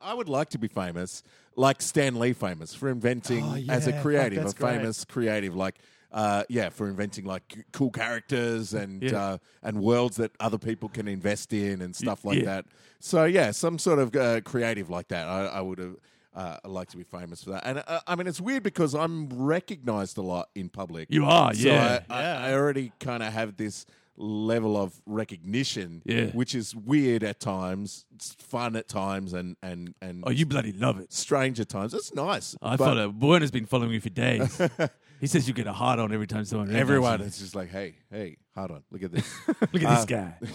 A: I would like to be famous, like Stan Lee, famous for inventing
C: Oh,
A: as
C: yeah,
A: a
C: fuck,
A: creative, a
C: that's great.
A: famous creative, like. Uh, yeah, for inventing like c- cool characters and
B: Yeah.
A: uh, and worlds that other people can invest in and stuff like
B: yeah.
A: that. So yeah, some sort of uh, creative like that. I, I would have uh, like to be famous for that. And uh, I mean, it's weird because I'm recognized a lot in public.
B: You are,
A: So
B: yeah.
A: I, I, I already kind of have this level of recognition,
B: Yeah.
A: which is weird at times, it's fun at times, and and and
B: Oh, you bloody love it.
A: strange at times. It's nice.
B: I
A: but
B: follow. Werner's been following you for days. he says you get a hard on every time someone.
A: everyone
B: recognizes
A: is just like, hey, hey, hold on, look at this.
B: you. Look at this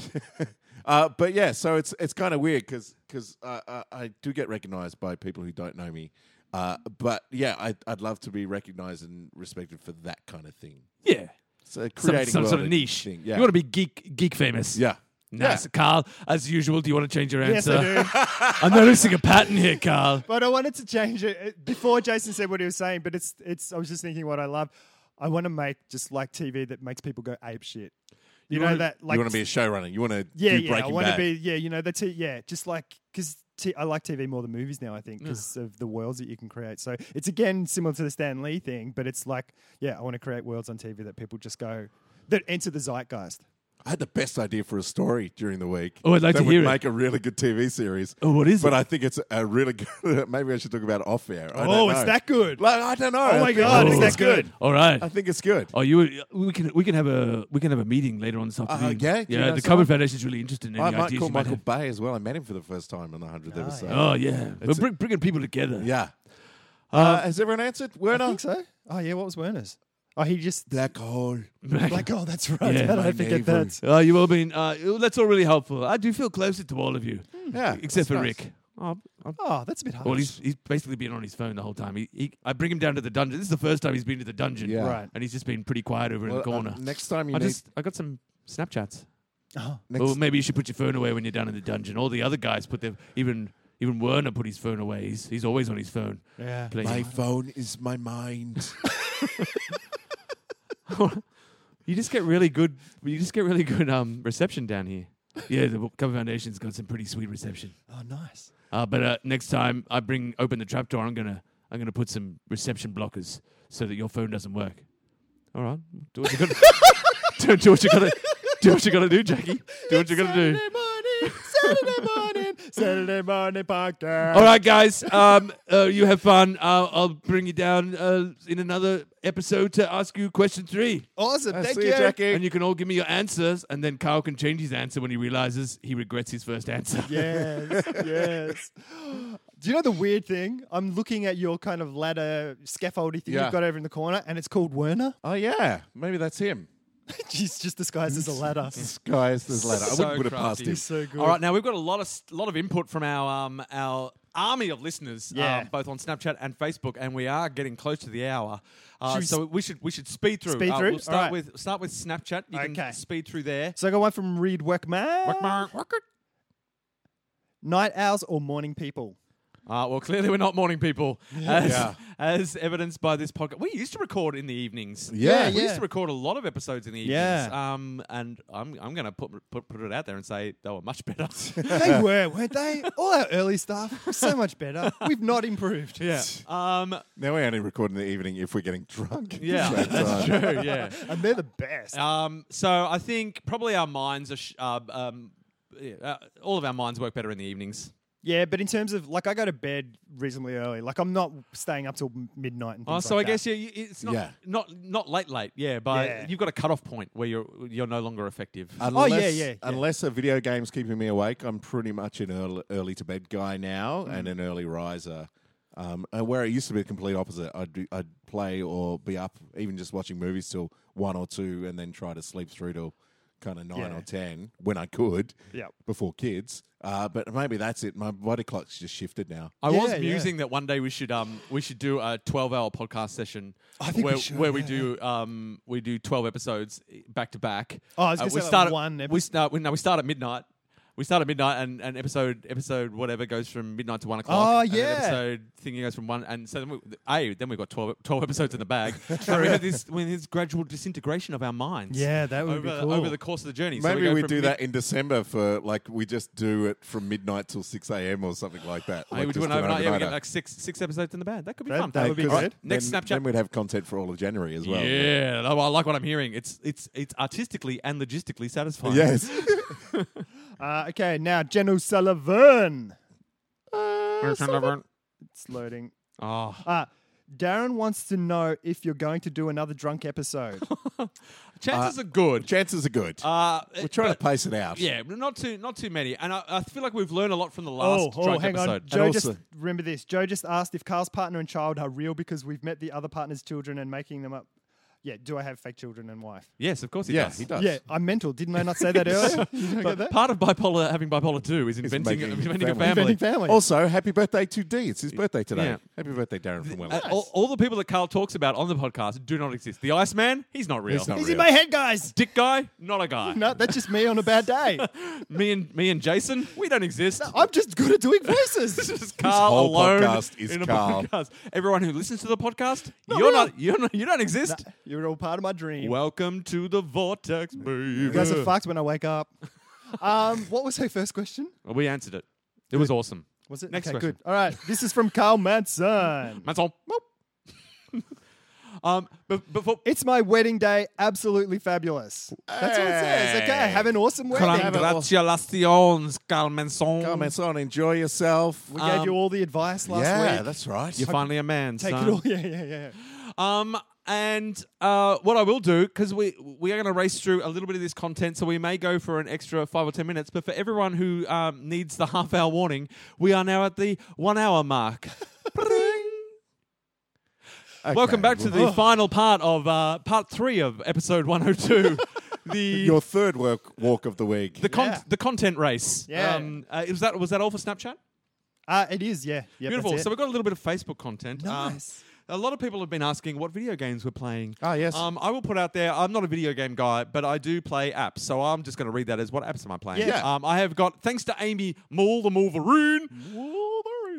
B: guy.
A: uh, but yeah, so it's it's kind of weird because because I, I, I do get recognized by people who don't know me. Uh, but yeah, I, I'd love to be recognized and respected for that kind of thing.
B: Yeah,
A: So
B: some,
A: creating
B: some sort of
A: world
B: niche.
A: thing, Yeah.
B: You want to be geek geek famous.
A: yeah.
B: Nice, Carl. As usual, do you want to change your
C: Yes,
B: answer?
C: I do.
B: I'm noticing a pattern here, Carl.
C: But I wanted to change it uh, before Jason said what he was saying. But it's it's. I was just thinking what I love. I want to make just like TV that makes people go ape shit. You, know
B: wanna-
C: that like
A: you want to be a showrunner. You want to
C: yeah
A: do
C: yeah. I
A: Breaking
C: want to
A: Bad.
C: be yeah. You know the t- yeah. Just like because t- I like TV more than movies now. I think because of the worlds that you can create. So it's again similar to the Stan Lee thing. But it's like yeah, I want to create worlds on TV that people just go that enter the zeitgeist.
A: I had the best idea for a story during the week.
B: Oh, I'd like
A: that
B: to hear it.
A: would make a really good TV series.
B: Oh, what is
A: but
B: it?
A: I think it's a really good. Maybe I should talk about it off air. I
C: Oh,
A: don't
C: it's
A: know.
C: that good.
A: Like, I don't know.
C: Oh
A: I
C: my
A: think-
C: God,
A: I
C: is
A: think
C: that
A: it's
C: good?
B: All right.
A: I think it's good.
B: Oh, you we can we can have a we can have a meeting later on
C: Uh,
B: this afternoon.
A: yeah? Do you
B: yeah.
A: know someone?
B: the Cupboard Foundation is really interested in any
A: I might
B: ideas
A: call
B: you might
A: Michael
B: have.
A: Bay as well. I met him for the first time on the hundredth episode.
B: Oh yeah, we're bring, bringing people together.
A: Yeah. Uh, has everyone answered? Werner?
C: I think so. Oh yeah, what was Werner's? Oh, he just
A: Black hole.
C: like oh that's right.
B: Yeah.
C: How did I forget
A: Neighbor.
C: that?
B: Oh, you've all been. Uh, that's all really helpful. I do feel closer to all of you,
A: Yeah.
B: except for
C: nice.
B: Rick. Oh, I'm-
C: Oh, that's a bit harsh.
B: well, he's he's basically been on his phone the whole time. He, he, I bring him down to the dungeon. This is the first time he's been to the dungeon,
A: Yeah.
C: Right.
B: and he's just been pretty quiet over in
A: Well,
B: the corner.
A: um, next time you
B: I
A: need.
B: just I got some Snapchats.
C: Oh.
A: next,
B: Well, maybe you should put your phone away when you're down in the dungeon. All the other guys put their even even Werner put his phone away. He's he's always on his phone.
C: Yeah.
B: playing.
A: my phone is my mind.
B: You just get really good. You just get really good um, reception down here. Yeah, the Cover Foundation's got some pretty sweet reception.
C: Oh, nice.
B: Uh, but uh, next time I bring open the trapdoor, I'm gonna I'm gonna put some reception blockers so that your phone doesn't work. All right, do what you gotta do. do what you gotta do. What you gotta do, Jackie. Do what you gotta do.
C: morning, Saturday morning, Saturday morning podcast.
B: All right, guys. Um, uh, you have fun. Uh, I'll bring you down uh, in another episode to ask you question three.
C: Awesome. Thank
A: see
C: you.
A: you, Jackie.
B: And you can all give me your answers, and then Kyle can change his answer when he realizes he regrets his first answer.
C: Yes, yes. Do you know the weird thing? I'm looking at your kind of ladder scaffoldy thing
A: Yeah.
C: you've got over in the corner, and it's called Werner.
A: Oh yeah, maybe that's him.
C: He's just disguised as a ladder.
A: Guys, there's ladder. I
B: So
A: wouldn't put it past
B: crafty.
A: him.
C: He's so good.
B: All right, now we've got a lot of s- lot of input from our um, our army of listeners,
C: Yeah.
B: um, both on Snapchat and Facebook, and we are getting close to the hour. Uh,
C: Should we
B: so we should we should speed through.
C: Speed
B: Uh,
C: through?
B: We'll start
C: Alright.
B: with start with Snapchat. You
C: Okay.
B: can speed through there.
C: So I got one from Reed Weckman. Night owls or morning people?
B: Uh, well, clearly we're not morning people, as,
A: Yeah.
B: as evidenced by this podcast. We used to record in the evenings.
A: Yeah,
B: we
C: yeah.
B: used to record a lot of episodes in the evenings.
C: Yeah.
B: Um, and I'm I'm gonna put, put put it out there and say they were much better.
C: They were, weren't they? All our early stuff was so much better. We've not improved.
B: yeah. Um.
A: Now we only record in the evening if we're getting drunk. at the
B: Yeah.
A: same
B: That's
A: time.
B: true. Yeah.
C: And they're the best.
B: Um, so I think probably our minds are. Sh- uh, um, yeah, uh, all of our minds work better in the evenings.
C: Yeah, but in terms of like, I go to bed reasonably early. Like, I'm not staying up till m- midnight and things
B: Oh, so
C: like
B: I guess
C: that.
B: yeah, you, it's not,
A: Yeah.
B: not not late late. Yeah, but
C: Yeah.
B: you've got a cutoff point where you're you're no longer effective.
A: Unless,
C: yeah, yeah.
A: Unless a video game's keeping me awake, I'm pretty much an early, early to bed guy now and an early riser. Um, and where it used to be the complete opposite, I'd, do, I'd play or be up, even just watching movies till one or two, and then try to sleep through till kind of nine
C: Yeah.
A: or ten when I could
C: Yep.
A: before kids. Uh, but maybe that's it. My body clock's just shifted now.
B: I
C: Yeah,
B: was
C: yeah.
B: musing that one day we should um we should do a twelve hour podcast session
C: I think we
B: where
C: should,
B: where we
C: yeah.
B: do um we do twelve episodes back to back. Uh,
C: Oh, I was gonna
B: we
C: say, like,
B: start at-
C: one epi-
B: we start we, no, we start at midnight. We start at midnight and, and episode episode whatever goes from midnight to one o'clock.
C: Oh,
B: and then
C: yeah.
B: episode thingy goes from one and so then we, a then we've got 12, 12 episodes in the bag. and we have this when this gradual disintegration of our minds.
C: Yeah, that would
B: over,
C: be cool.
B: over the course of the journey. so
A: Maybe
B: go
A: we,
B: from
A: do
B: mid-
A: that in December for like we just do it from midnight till six a.m. or something like that. Oh, Like
B: I mean, we do
A: just
B: an overnight. Yeah, we
A: overnighter.
B: get like six six episodes in the bag. That could be
C: That-
B: fun.
C: that would be
A: All
C: good.
A: right,
B: Next
A: then,
B: Snapchat.
A: Then we'd have content for all of January as well.
B: Yeah, no, I like what I'm hearing. It's it's it's artistically and logistically satisfying.
A: Yes.
C: Uh, okay, now Jen O'Sullivan.
B: Oh.
C: It's loading.
B: Ah,
C: Uh, Darren wants to know if you're going to do another drunk episode.
B: Chances are good.
A: Chances are good.
B: Uh,
A: We're trying to pace it out.
B: yeah, but not too not too many. And I, I feel like we've learned a lot from
A: Oh,
B: the last drunk
C: Oh, hang on.
B: episode.
C: Joe
A: And
C: just
A: also-
C: remember this. Joe just asked if Carl's partner and child are real because we've met the other partner's children and making them up. Yeah, do I have fake children and wife?
B: Yes, of course he
A: Yeah,
B: does.
A: he does.
C: Yeah, I'm mental. Didn't I not say that earlier? You don't
B: But
C: get that?
B: part of bipolar having bipolar two is inventing,
A: making
B: inventing
A: family.
B: a family.
C: Inventing family.
A: Also, happy birthday to D. It's his birthday today.
B: Yeah.
A: Happy birthday, Darren from Wellington.
B: Uh, all, all the people that Carl talks about on the podcast do not exist. The Iceman, he's not real.
A: He's not
C: He's
A: real.
C: in my head, guys.
B: Dick guy, not a guy.
C: No, that's just me on a bad day.
B: Me and me and Jason, we don't exist.
C: I'm just good at doing voices.
B: This is Carl
A: whole
B: alone
A: podcast is
B: in a
A: Carl.
B: podcast. Everyone who listens to the podcast, you're not, you're not, you don't exist.
C: You're all part of my dream.
B: Welcome to the vortex, baby.
C: you guys are fucked when I wake up. Um, what was her first question?
B: Well, we answered it. It was awesome.
C: Was it
B: Next
C: okay,
B: question.
C: Good. All right. This is from Carl Manson.
B: That's all. um, but before
C: It's my wedding day. Absolutely fabulous. That's all it says. Okay. Have an awesome wedding.
B: congratulations, Carl Manson.
A: Comments on. Enjoy yourself.
C: we gave you all the advice last
A: yeah,
C: week.
A: that's right.
B: You're finally a man,
C: Take
B: son.
C: it all. Yeah, yeah, yeah.
B: Um, and uh, what I will do because we we are going to race through a little bit of this content, so we may go for an extra five or ten minutes. But for everyone who um, needs the half hour warning, we are now at the one hour mark.
A: Okay.
B: Welcome back to
A: Well,
B: the final part of uh, part three of episode one hundred two. the
A: your third work walk of the week.
B: the con-
C: Yeah.
B: the content race.
C: Yeah.
B: Um, uh, was that was that all for Snapchat?
C: Uh, it is. Yeah. Yep,
B: Beautiful.
C: that's it.
B: So we've got a little bit of Facebook content. Um,
C: Nice.
B: a lot of people have been asking what video games we're playing.
A: Ah, yes.
B: Um, I will put out there. I'm not a video game guy, but I do play apps. So I'm just going to read that as what apps am I playing?
A: Yeah.
B: Um, I have got thanks to Amy Mool the Wolverine.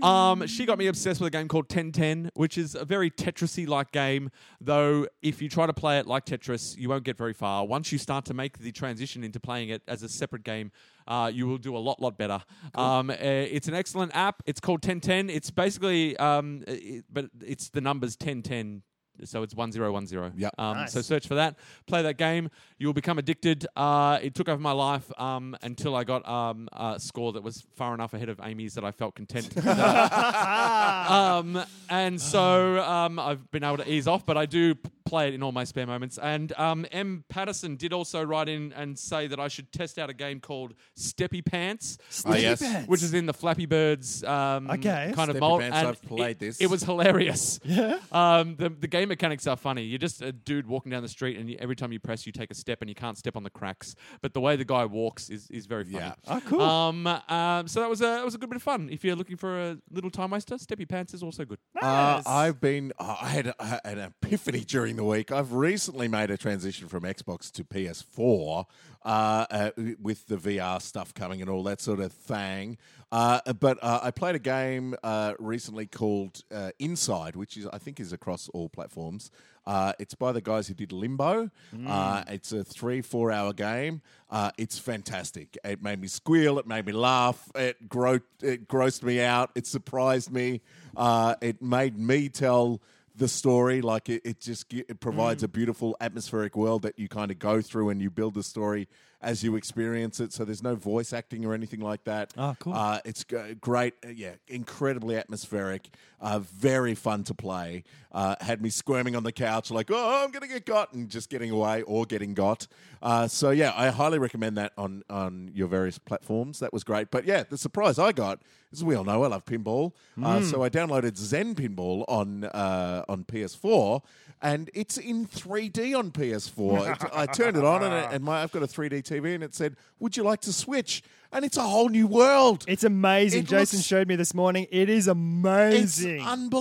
B: Um, she got me obsessed with a game called 1010, which is a very Tetrisy like game. Though if you try to play it like Tetris, you won't get very far. Once you start to make the transition into playing it as a separate game, uh, you will do a lot, lot better. Um, eh, it's an excellent app. It's called 1010. It's basically, um, eh, it- but it's the numbers 1010. So it's 1010.
A: Yep.
B: Um,
C: Nice.
B: So search for that. Play that game. You'll become addicted. Uh, it took over my life um, until I got um, a score that was far enough ahead of Amy's that I felt content. um, and so um, I've been able to ease off, but I do p- play it in all my spare moments. And um, M. Patterson did also write in and say that I should test out a game called Steppy Pants,
A: Ah, yes.
C: Sneaky pants.
B: which is in the Flappy Birds um,
C: Okay.
B: kind of
A: Steppy
B: mold.
A: Pants,
B: and
A: I've played
B: it,
A: this.
B: It was hilarious.
C: Yeah.
B: Um, the, the game mechanics are funny. You're just a dude walking down the street, and you, every time you press, you take a step, and you can't step on the cracks. But the way the guy walks is, is very funny.
A: Yeah.
C: Oh, cool.
B: Um, um, so that was a that was a good bit of fun. If you're looking for a little time waster, Steppy Pants is also good.
A: Uh,
C: Nice.
A: I've been. Uh, I had a, an epiphany during the week. I've recently made a transition from Xbox to PS4 uh, uh, with the VR stuff coming and all that sort of thing. Uh, but uh, I played a game uh, recently called uh, Inside, which is I think is across all platforms. Uh, it's by the guys who did Limbo. Uh, it's a three, four hour game. Uh, it's fantastic. It made me squeal. It made me laugh. It, gro- it grossed me out. It surprised me. Uh, it made me tell the story. Like it, it just gi- it provides a beautiful atmospheric world that you kind of go through and you build the story as you experience it. So there's no voice acting or anything like that.
C: Ah, cool.
A: Uh, it's g- great. uh, Yeah, incredibly atmospheric. Uh, very fun to play. Uh, had me squirming on the couch like, oh, I'm going to get got and just getting away or getting got. Uh, so yeah, I highly recommend that on, on your various platforms. That was great. But yeah, the surprise I got is we all know I love pinball.
C: Hmm.
A: Uh, so I downloaded Zen Pinball on uh, on PS4 and it's in 3D on PS4. It- I turned it on and, it- and my, I've got a 3D TV and it said, would you like to switch? And it's a whole new world.
C: It's amazing.
A: It
C: Jason
A: looks-
C: showed me this morning. It is
A: It's
C: amazing.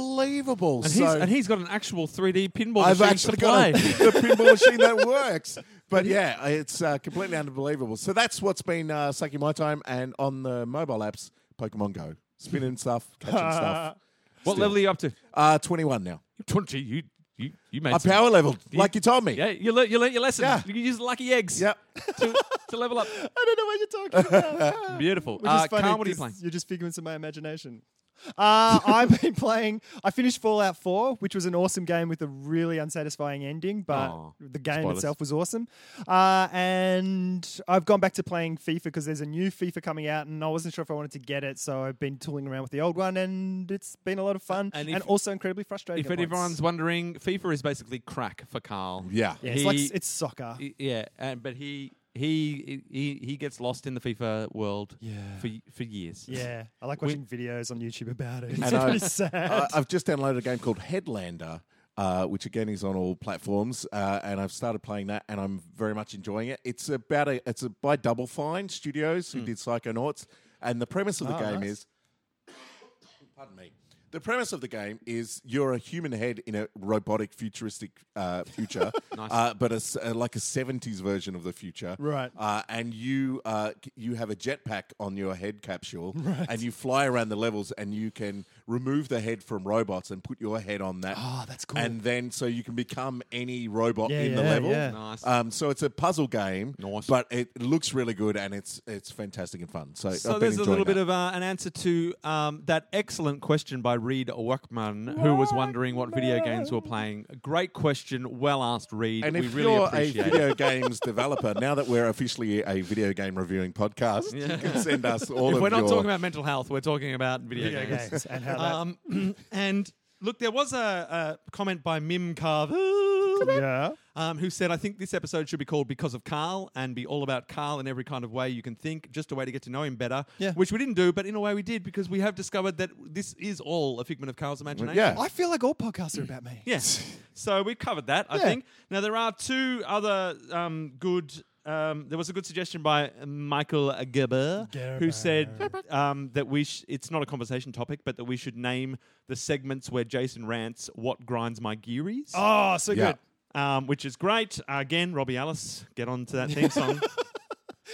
A: unbelievable.
B: And,
A: so
B: he's, and he's got an actual 3D pinball
A: I've
B: machine
A: actually
B: to play.
A: got a, the pinball machine that works. But yeah, it's uh, completely unbelievable. So that's what's been uh, sucking my time. And on the mobile apps, Pokemon Go, spinning stuff, catching stuff.
B: what level are you up to?
A: Uh, 21 now.
B: 20. You you you made
A: I
B: some-
A: power leveled, like you told me.
B: Yeah, you learnt you learnt your lesson.
A: Yeah.
B: You can use lucky eggs.
A: Yep.
B: to, to level up.
C: I don't know what you're talking about.
B: Beautiful.
C: Which
B: uh,
C: is funny
B: Carl, what are you
C: 'cause
B: playing?
C: You're just figments of my imagination. Uh, I've been playing. I finished Fallout 4, which was an awesome game with a really unsatisfying ending, but
B: Aw,
C: the game
B: spoilers.
C: itself was awesome. Uh, and I've gone back to playing FIFA because there's a new FIFA coming out, and I wasn't sure if I wanted to get it, so I've been tooling around with the old one, and it's been a lot of fun
B: And
C: and,
B: if-
C: also incredibly frustrating.
B: If
C: at points.
B: everyone's wondering, FIFA is basically crack for Carl.
A: Yeah.
C: yeah, it's like
B: he-
C: it's soccer.
B: Y- Yeah, and but he he he he gets lost in the FIFA world
C: Yeah.
B: for y- for years.
C: yeah, I like
B: We-
C: watching videos on YouTube about it. It's
A: And I-
C: pretty sad.
A: I, I've just downloaded a game called Headlander, uh, which again is on all platforms, uh, and I've started playing that, and I'm very much enjoying it. It's about a it's a, by Double Fine Studios who did Psychonauts, and the premise of the
C: Hmm. Oh,
A: game
C: nice.
A: is, pardon me. The premise of the game is you're a human head in a robotic, futuristic uh, future, uh, but a s uh, like a '70s version of the future,
C: Right.
A: uh, and you uh, c- you have a jetpack on your head capsule, and you fly around the levels, and you can remove the head from robots and put your head on that.
B: Ah,
C: Oh, that's cool.
A: And then so you can become any robot
C: Yeah,
A: in the
C: yeah,
A: level.
C: yeah.
B: Nice.
A: Um, so it's a puzzle game,
B: Nice.
A: but it looks really good and it's it's fantastic and fun. So, I've
B: So
A: been
B: there's a
A: enjoying
B: little bit
A: that.
B: of uh, an answer to um, that excellent question by Reed Workman, who was wondering what video games we're playing. Great question, well asked, Reed.
A: And
B: we
A: if
B: really
A: you're a
B: appreciate it.
A: video games developer, now that we're officially a video game reviewing podcast, you can send us all
B: If
A: of
B: we're not
A: your
B: talking about mental health, we're talking about video,
C: Video
B: games.
C: games and how that-
B: um, and look, there was a, a comment by Mim Carver.
C: yeah.
B: um, who said, I think this episode should be called Because of Carl and be all about Carl in every kind of way you can think, just a way to get to know him better.
C: Yeah.
B: Which we didn't do, but in a way we did because we have discovered that this is all a figment of Carl's imagination.
A: yeah.
C: I feel like all podcasts are about me.
B: Yeah. So we've covered that, I
C: Yeah.
B: think. Now, there are two other um, good. Um, there was a good suggestion by Michael Gerber, who
C: Gerber.
B: said um, that we sh- it's not a conversation topic, but that we should name the segments where Jason rants what grinds my gearies
C: Oh, so
A: Yeah.
C: good.
B: um, which is great. Uh, again, Robbie Alice, get on to that theme song.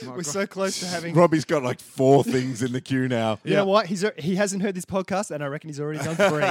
C: We're so close to having.
A: Robbie's got like four things in the queue now.
C: You know what? He's al- he hasn't heard this podcast, and I reckon he's already done three.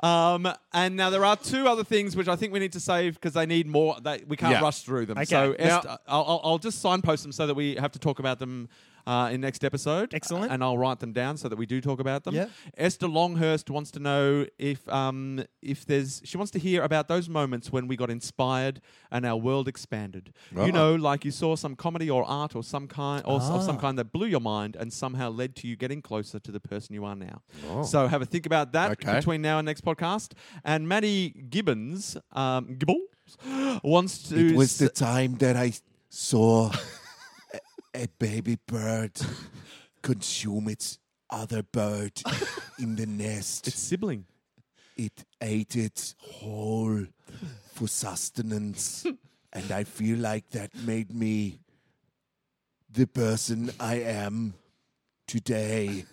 B: Um, and now there are two other things which I think we need to save because they need more. They, we can't
A: Yeah.
B: rush through them.
C: Okay.
B: So
C: Now-
B: Est- I'll, I'll- I'll just signpost them so that we have to talk about them uh, in next episode.
C: Excellent.
B: And I'll write them down so that we do talk about them.
C: Yeah.
B: Esther Longhurst wants to know if um, if there's she wants to hear about those moments when we got inspired and our world expanded.
A: Ah.
B: You know, like you saw some comedy or art or some kind or s-
A: Ah.
B: of some kind that blew your mind and somehow led to you getting closer to the person you are now. So have a think about that
A: Oh. Okay.
B: between now and next podcast. And Maddie Gibbons, um, Gibbons wants to.
A: It was the
B: s-
A: time that I saw a, a baby bird consume its other bird in the nest.
B: its sibling.
A: it ate it whole for sustenance. and I feel like that made me the person I am today.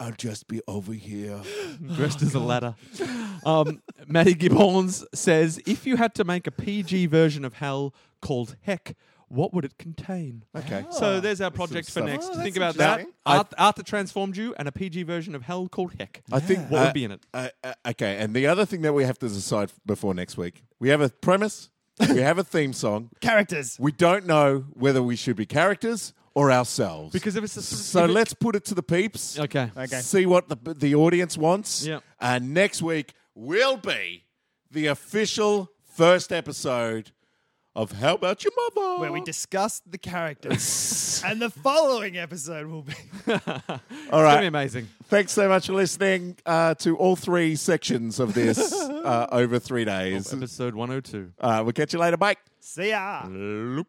A: I'll just be over here.
B: dressed as a ladder. Um, Maddie Gibbons says, if you had to make a PG version of Hell called Heck, what would it contain?
A: Okay.
B: So there's our project for
A: stuff.
B: next.
C: Oh,
B: Think about
C: that's
B: that.
C: interesting.
B: Art, Art that transformed you and a PG version of Hell called Heck.
A: I think
B: What would be in it?
A: Uh, uh, okay, and the other thing that we have to decide before next week, we have a premise, we have a theme song.
C: Characters.
A: We don't know whether we should be characters or ourselves.
B: Because if it's a,
A: so
B: if it-
A: let's put it to the peeps.
B: okay.
C: Okay.
A: See what the the audience wants.
B: Yep.
A: And next week will be the official first episode of How About Your Mother,
C: Where we discuss the characters. and the following episode will be.
A: All
B: It's gonna be
A: right.
B: amazing.
A: Thanks so much for listening uh, to all three sections of this uh, over three days.
B: Episode 102.
A: Uh, we'll catch you later. Bye.
C: See ya.
B: Loop.